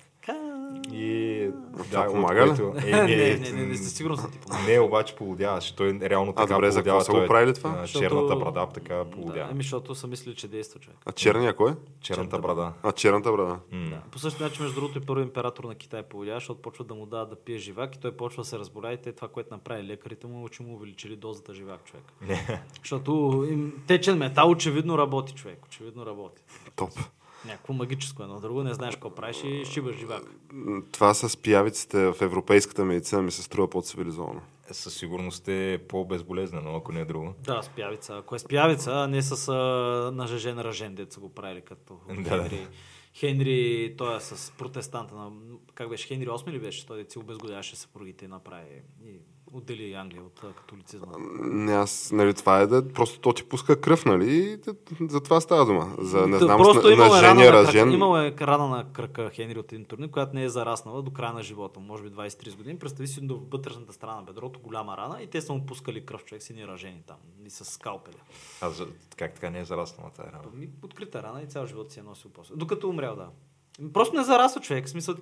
Speaker 3: И
Speaker 2: това
Speaker 3: да, от
Speaker 2: помага ли?
Speaker 3: което... Е,
Speaker 1: Не, не, не, не, не, сте сигурно са ти помогнали.
Speaker 3: не, обаче полудяваш. Той реално
Speaker 2: А,
Speaker 3: така
Speaker 2: добре, за какво
Speaker 3: полудява.
Speaker 2: са го
Speaker 3: Той е,
Speaker 2: правили това?
Speaker 3: а,
Speaker 1: Защото-
Speaker 3: Черната брада така
Speaker 1: Да,
Speaker 3: полудява.
Speaker 1: ами, защото са мислили, че действа човек.
Speaker 2: А черния кой? е?
Speaker 3: Черната брада.
Speaker 2: А черната брада.
Speaker 3: М.
Speaker 1: Да. По същия начин, между другото, и първи император на Китай повлия, защото почва да му дава да пие живак и той почва да се разболя и те това, което направи лекарите му, е, че му увеличили дозата живак човек. защото им, течен метал очевидно работи човек, очевидно работи.
Speaker 2: Топ.
Speaker 1: Някакво магическо едно друго, не знаеш какво правиш и шибаш живак.
Speaker 2: М, Това с пиявиците в европейската медицина ми се струва по-цивилизовано.
Speaker 3: Със сигурност е по-безболезнено, ако не е друго.
Speaker 1: Да, с пявица. Ако е с пявица, а не с а, нажежен ръжен, дет са го правили като
Speaker 3: Да, да.
Speaker 1: Хенри. Хенри, той е с протестанта на... Как беше? Хенри 8 ли беше? Той деци обезгодяваше съпругите и направи... И отдели Англия от а, католицизма?
Speaker 2: Не, аз, нали, това е да... Просто то ти пуска кръв, нали? И т- За това става дума. За, не
Speaker 1: Та,
Speaker 2: знам,
Speaker 1: просто
Speaker 2: на, на
Speaker 1: имал е
Speaker 2: Жени
Speaker 1: рана на крака,
Speaker 2: Ражен.
Speaker 1: имал е рана на крака Хенри от един турнир, която не е зараснала до края на живота, му, може би 23 години. Представи си до вътрешната страна на бедрото голяма рана и те са му пускали кръв човек, сини ражени там, и с скалпели.
Speaker 3: Аз за- как така не е зараснала тази рана?
Speaker 1: Ми, Открита Ами, рана и цял живот си е носил после. Докато умрял, да. Просто не зарасва човек. В смисъл,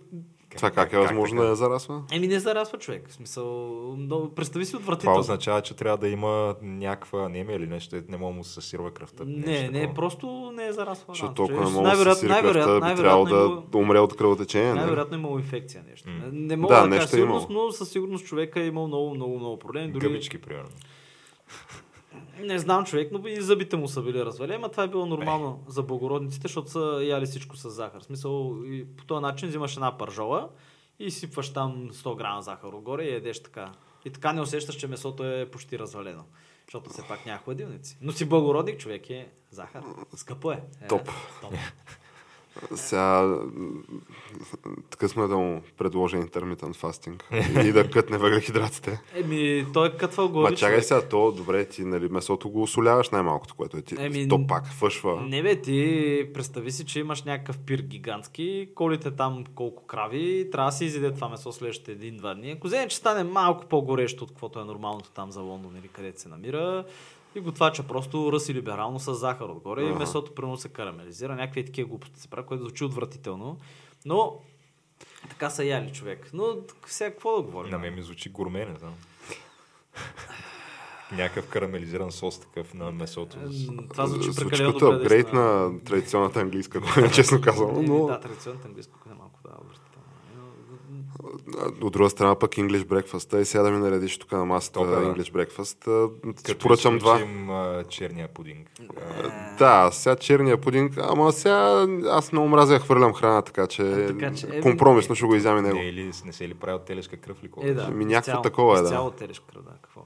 Speaker 2: Това как е възможно да я зарасва?
Speaker 1: еми не зарасва човек. В смисъл, много- представи си
Speaker 3: Това
Speaker 1: отвратително.
Speaker 3: означава, че трябва да има някаква анемия или нещо, дето не мога да му се сирва кръвта.
Speaker 1: Не,
Speaker 3: нещо
Speaker 1: не,
Speaker 3: такова.
Speaker 1: просто не е зарасва.
Speaker 2: Защото
Speaker 1: рана,
Speaker 2: толкова
Speaker 1: човек.
Speaker 2: не мога да
Speaker 1: Най-вероятно-
Speaker 2: се сири кръвта, би трябвало
Speaker 1: най-вероятно
Speaker 2: да
Speaker 1: има-
Speaker 2: умре от кръвотечение. нали?
Speaker 1: Най-вероятно е имало инфекция нещо.
Speaker 3: М.
Speaker 1: Не, не мога
Speaker 2: Да,
Speaker 1: да,
Speaker 2: нещо
Speaker 1: кажа
Speaker 2: е
Speaker 1: сигурност, но със сигурност човека е имал много, много, много проблеми. Дори
Speaker 3: Гъбички, примерно.
Speaker 1: не знам човек, но и зъбите му са били развалени, ама това е било нормално за благородниците, защото са яли всичко с захар. В смисъл, и по този начин взимаш една пържола и сипваш там 100 грама захар отгоре и едеш така. И така не усещаш, че месото е почти развалено. Защото все пак няма хладилници. Но си благородник, човек е захар. Скъпо е. Е,
Speaker 2: Топ.
Speaker 1: топ.
Speaker 2: Сега м, късно е да му предложи интермитент фастинг и да кътне въглехидратите.
Speaker 1: Еми, той е кътвал глави.
Speaker 2: Ма чакай
Speaker 1: човек.
Speaker 2: сега, то добре, ти нали, месото го осоляваш най-малкото, което е ти.
Speaker 1: Еми,
Speaker 2: то пак фъшва.
Speaker 1: Не бе, ти представи си, че имаш някакъв пир гигантски, колите там колко крави, трябва да се изяде това месо следващите един-два дни. Ако вземе, че стане малко по-горещо, от каквото е нормалното там за Лондон или където се намира, и готвача просто ръси либерално с захар отгоре и
Speaker 2: Аха.
Speaker 1: месото примерно се карамелизира, някакви такива глупости се правят, което звучи отвратително. Но така са яли човек. Но сега какво да говорим?
Speaker 3: На мен ми звучи гурме, не знам. Някакъв карамелизиран сос такъв на месото.
Speaker 1: М, Това звучи прекалено
Speaker 2: Случката
Speaker 1: добре.
Speaker 2: апгрейд
Speaker 1: наистина.
Speaker 2: на традиционната английска, кухня, честно казвам.
Speaker 1: Еми,
Speaker 2: Но
Speaker 1: Да, традиционната английска кухня е малко да, отвратителна. Но-
Speaker 2: а, от друга страна пък English breakfast. Ей, сега да ми наредиш тук на масата
Speaker 3: Добре, да.
Speaker 2: English breakfast. а, ще
Speaker 3: Като
Speaker 2: Поръчам два.
Speaker 3: изключим, е. а, черния пудинг.
Speaker 2: Да, сега черния пудинг, ама сега аз много мразя да хвърлям храна, така че,
Speaker 1: така че, е,
Speaker 2: компромисно ще го изями него.
Speaker 3: Не, е ли, не се е ли правил телешка кръв ли?
Speaker 1: Е, да.
Speaker 2: Ами някакво
Speaker 1: Изцяло-
Speaker 2: такова е, да.
Speaker 1: Изцяло тереш кръда, какво?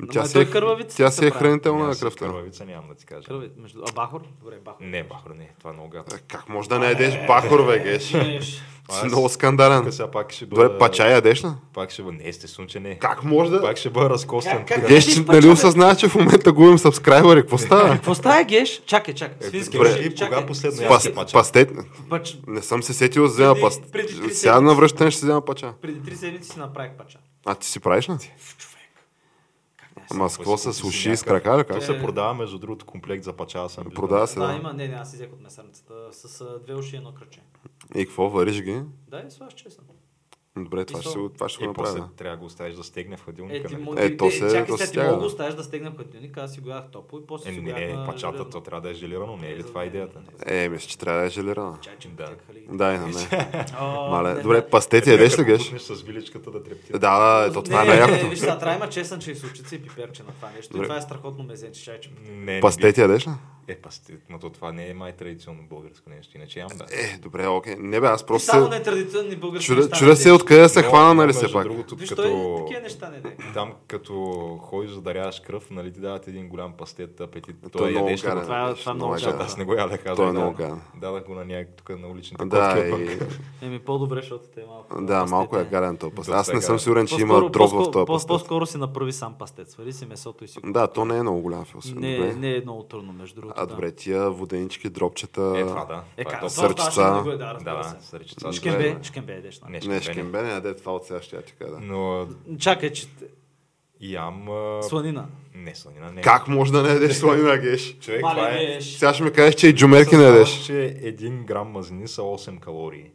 Speaker 2: Ами
Speaker 1: Ама
Speaker 2: Тя
Speaker 1: и
Speaker 2: си
Speaker 1: той
Speaker 2: е,
Speaker 1: кървавица
Speaker 2: тя
Speaker 1: се
Speaker 2: си е
Speaker 1: прави.
Speaker 2: хранителна на
Speaker 3: Аз
Speaker 2: кръвта.
Speaker 3: Кървавица нямам да ти кажа.
Speaker 1: Кръви, между... А бахор? Добре, бахор.
Speaker 3: Не, бахор, не. Това е много гадно.
Speaker 2: А, Как може да не
Speaker 1: е.
Speaker 2: ядеш бахор, бе, геш?
Speaker 1: Еш.
Speaker 2: Си много скандален.
Speaker 3: Тук сега пак ще бъда...
Speaker 2: Добре,
Speaker 1: е.
Speaker 2: пача ядеш ли?
Speaker 3: Пак ще бъда... Не, естествено, че не.
Speaker 2: Как може да...
Speaker 3: Пак ще бъда разкостен.
Speaker 1: Как- как-
Speaker 3: тук.
Speaker 2: Геш,
Speaker 1: Ядеш
Speaker 2: ти,
Speaker 1: пача,
Speaker 2: нали
Speaker 1: бе?
Speaker 2: осъзна, че в момента губим сабскрайбъри, какво става?
Speaker 1: Какво става, Геш? Чакай, чакай.
Speaker 3: Е,
Speaker 1: Свински
Speaker 3: добре,
Speaker 1: геш.
Speaker 3: и кога последно
Speaker 1: Свински-
Speaker 3: аз
Speaker 2: Пас,
Speaker 3: си пача.
Speaker 2: пастет?
Speaker 1: Пач...
Speaker 2: Не съм се сетил да взема
Speaker 1: Преди-
Speaker 2: паст.
Speaker 1: Ами, преди три седмици.
Speaker 2: Сега на връщане ще взема пача.
Speaker 1: Преди три седмици си направих пача.
Speaker 2: А ти си правиш ли?
Speaker 1: Ф, Човек. Как не
Speaker 2: Ама с
Speaker 3: си
Speaker 2: какво
Speaker 3: купил
Speaker 2: с
Speaker 3: си
Speaker 2: уши,
Speaker 3: някакъв-
Speaker 2: с крака, ли?
Speaker 3: То
Speaker 2: Как?
Speaker 3: се продава, между другото, комплект за пача. Аз съм виждал.
Speaker 2: Продава се,
Speaker 1: да,
Speaker 2: да.
Speaker 1: има, не, не, аз изях от месарницата с а, две уши и едно кръче. Е.
Speaker 2: И какво, вариш ги?
Speaker 1: Да, и слаш честно.
Speaker 2: Добре, това
Speaker 1: И
Speaker 2: ще,
Speaker 1: сол.
Speaker 2: си го- това ще го
Speaker 3: И после
Speaker 2: направя.
Speaker 3: трябва да го оставиш да стегне в
Speaker 1: Е,
Speaker 3: хладилника.
Speaker 1: ти
Speaker 3: нали?
Speaker 1: мо...
Speaker 2: Е,
Speaker 1: ти-
Speaker 2: то
Speaker 1: ти-
Speaker 2: се-
Speaker 1: чакай сега,
Speaker 2: то се
Speaker 1: ти
Speaker 2: стяга.
Speaker 1: мога да оставиш да стегна в хладилника, аз си го ядах топло и после
Speaker 3: Е,
Speaker 1: си
Speaker 3: не,
Speaker 1: го ядах
Speaker 3: не,
Speaker 1: на
Speaker 3: пачата,
Speaker 1: желязно.
Speaker 3: то трябва да е желирано, не е ли това идеята?
Speaker 2: Е, мисля, че трябва да е желирана.
Speaker 1: Чакай, че
Speaker 3: Да.
Speaker 1: да. ли?
Speaker 2: Да, и на мен.
Speaker 1: О,
Speaker 2: Мале,
Speaker 1: не,
Speaker 2: добре,
Speaker 1: не.
Speaker 2: пастети ядеш ли, геш?
Speaker 3: Пукнеш с виличката да трепти.
Speaker 2: Да, да, ето това е
Speaker 1: Не, не,
Speaker 2: най-якото.
Speaker 1: не, Виж, сега трябва да има чесън, че и сучица и пиперче на това нещо. И
Speaker 2: Добре.
Speaker 1: това е страхотно мезенче. Чай, че...
Speaker 3: Не, не
Speaker 2: Пастети ядеш ли?
Speaker 3: би- Е, пастет, но то това не е май традиционно българско нещо, иначе ям да.
Speaker 2: Е, добре, окей. Не бе, аз
Speaker 1: Просто...
Speaker 2: просто
Speaker 1: Само
Speaker 2: се...
Speaker 1: нетрадиционни български
Speaker 2: Чудя,
Speaker 1: неща
Speaker 2: чудя
Speaker 1: не
Speaker 2: се е
Speaker 1: дей.
Speaker 2: откъде се
Speaker 3: Но,
Speaker 2: хвана,
Speaker 3: но,
Speaker 2: нали
Speaker 3: между
Speaker 2: се пак.
Speaker 3: Другото,
Speaker 1: Виж, той е
Speaker 3: като...
Speaker 1: такива неща не дей.
Speaker 3: Там като ходиш да даряваш кръв, нали ти дават един голям пастет апетит.
Speaker 2: Той
Speaker 3: Той
Speaker 2: е много
Speaker 3: ядеш ли го?
Speaker 2: гаден.
Speaker 1: Това е- това е много
Speaker 2: Много
Speaker 1: гаден.
Speaker 2: гаден.
Speaker 3: Аз не го ядах. аз
Speaker 2: Той е
Speaker 3: го дадох-
Speaker 2: много гаден.
Speaker 3: Дадах го на някак тук на уличните
Speaker 2: Да,
Speaker 1: е
Speaker 3: котки, а
Speaker 2: и...
Speaker 3: пък-
Speaker 1: Еми, по-добре, защото те малко...
Speaker 2: Да, малко е гаден този пастет. Аз
Speaker 3: Доста
Speaker 2: не
Speaker 3: е
Speaker 2: съм
Speaker 3: гаден.
Speaker 2: сигурен, че има дроб в този пастет.
Speaker 1: По-скоро си направи сам пастет. Свари си месото и си го...
Speaker 2: Да, то не е много голям философ.
Speaker 1: Не,
Speaker 2: Добре.
Speaker 1: не е много трудно, между другото.
Speaker 2: А
Speaker 1: да.
Speaker 2: добре, тия воденички, дробчета...
Speaker 3: Е, това да.
Speaker 1: Е,
Speaker 3: Това е
Speaker 1: как?
Speaker 3: топ.
Speaker 1: това
Speaker 2: сърчица.
Speaker 1: оставаше да го е, да,
Speaker 3: Да,
Speaker 1: разбира
Speaker 3: да,
Speaker 1: се.
Speaker 3: сърчица.
Speaker 1: Шкембе,
Speaker 2: Добре.
Speaker 1: шкембе едеш, нали?
Speaker 3: Не,
Speaker 2: Не,
Speaker 3: шкембе.
Speaker 2: шкембе, не яде това от сега ще я ти кажа.
Speaker 3: Но
Speaker 1: Чакай, че...
Speaker 3: ям... а,
Speaker 1: Сланина.
Speaker 3: Не, сланина не.
Speaker 2: Как може да не ядеш сланина, геш?
Speaker 3: Човек, това
Speaker 1: Мале,
Speaker 3: е...
Speaker 1: еш.
Speaker 2: Сега ще ми кажеш, че и джумерки не
Speaker 3: Съзнаваш,
Speaker 2: ядеш.
Speaker 3: че 1 грам мазнини са 8 калории.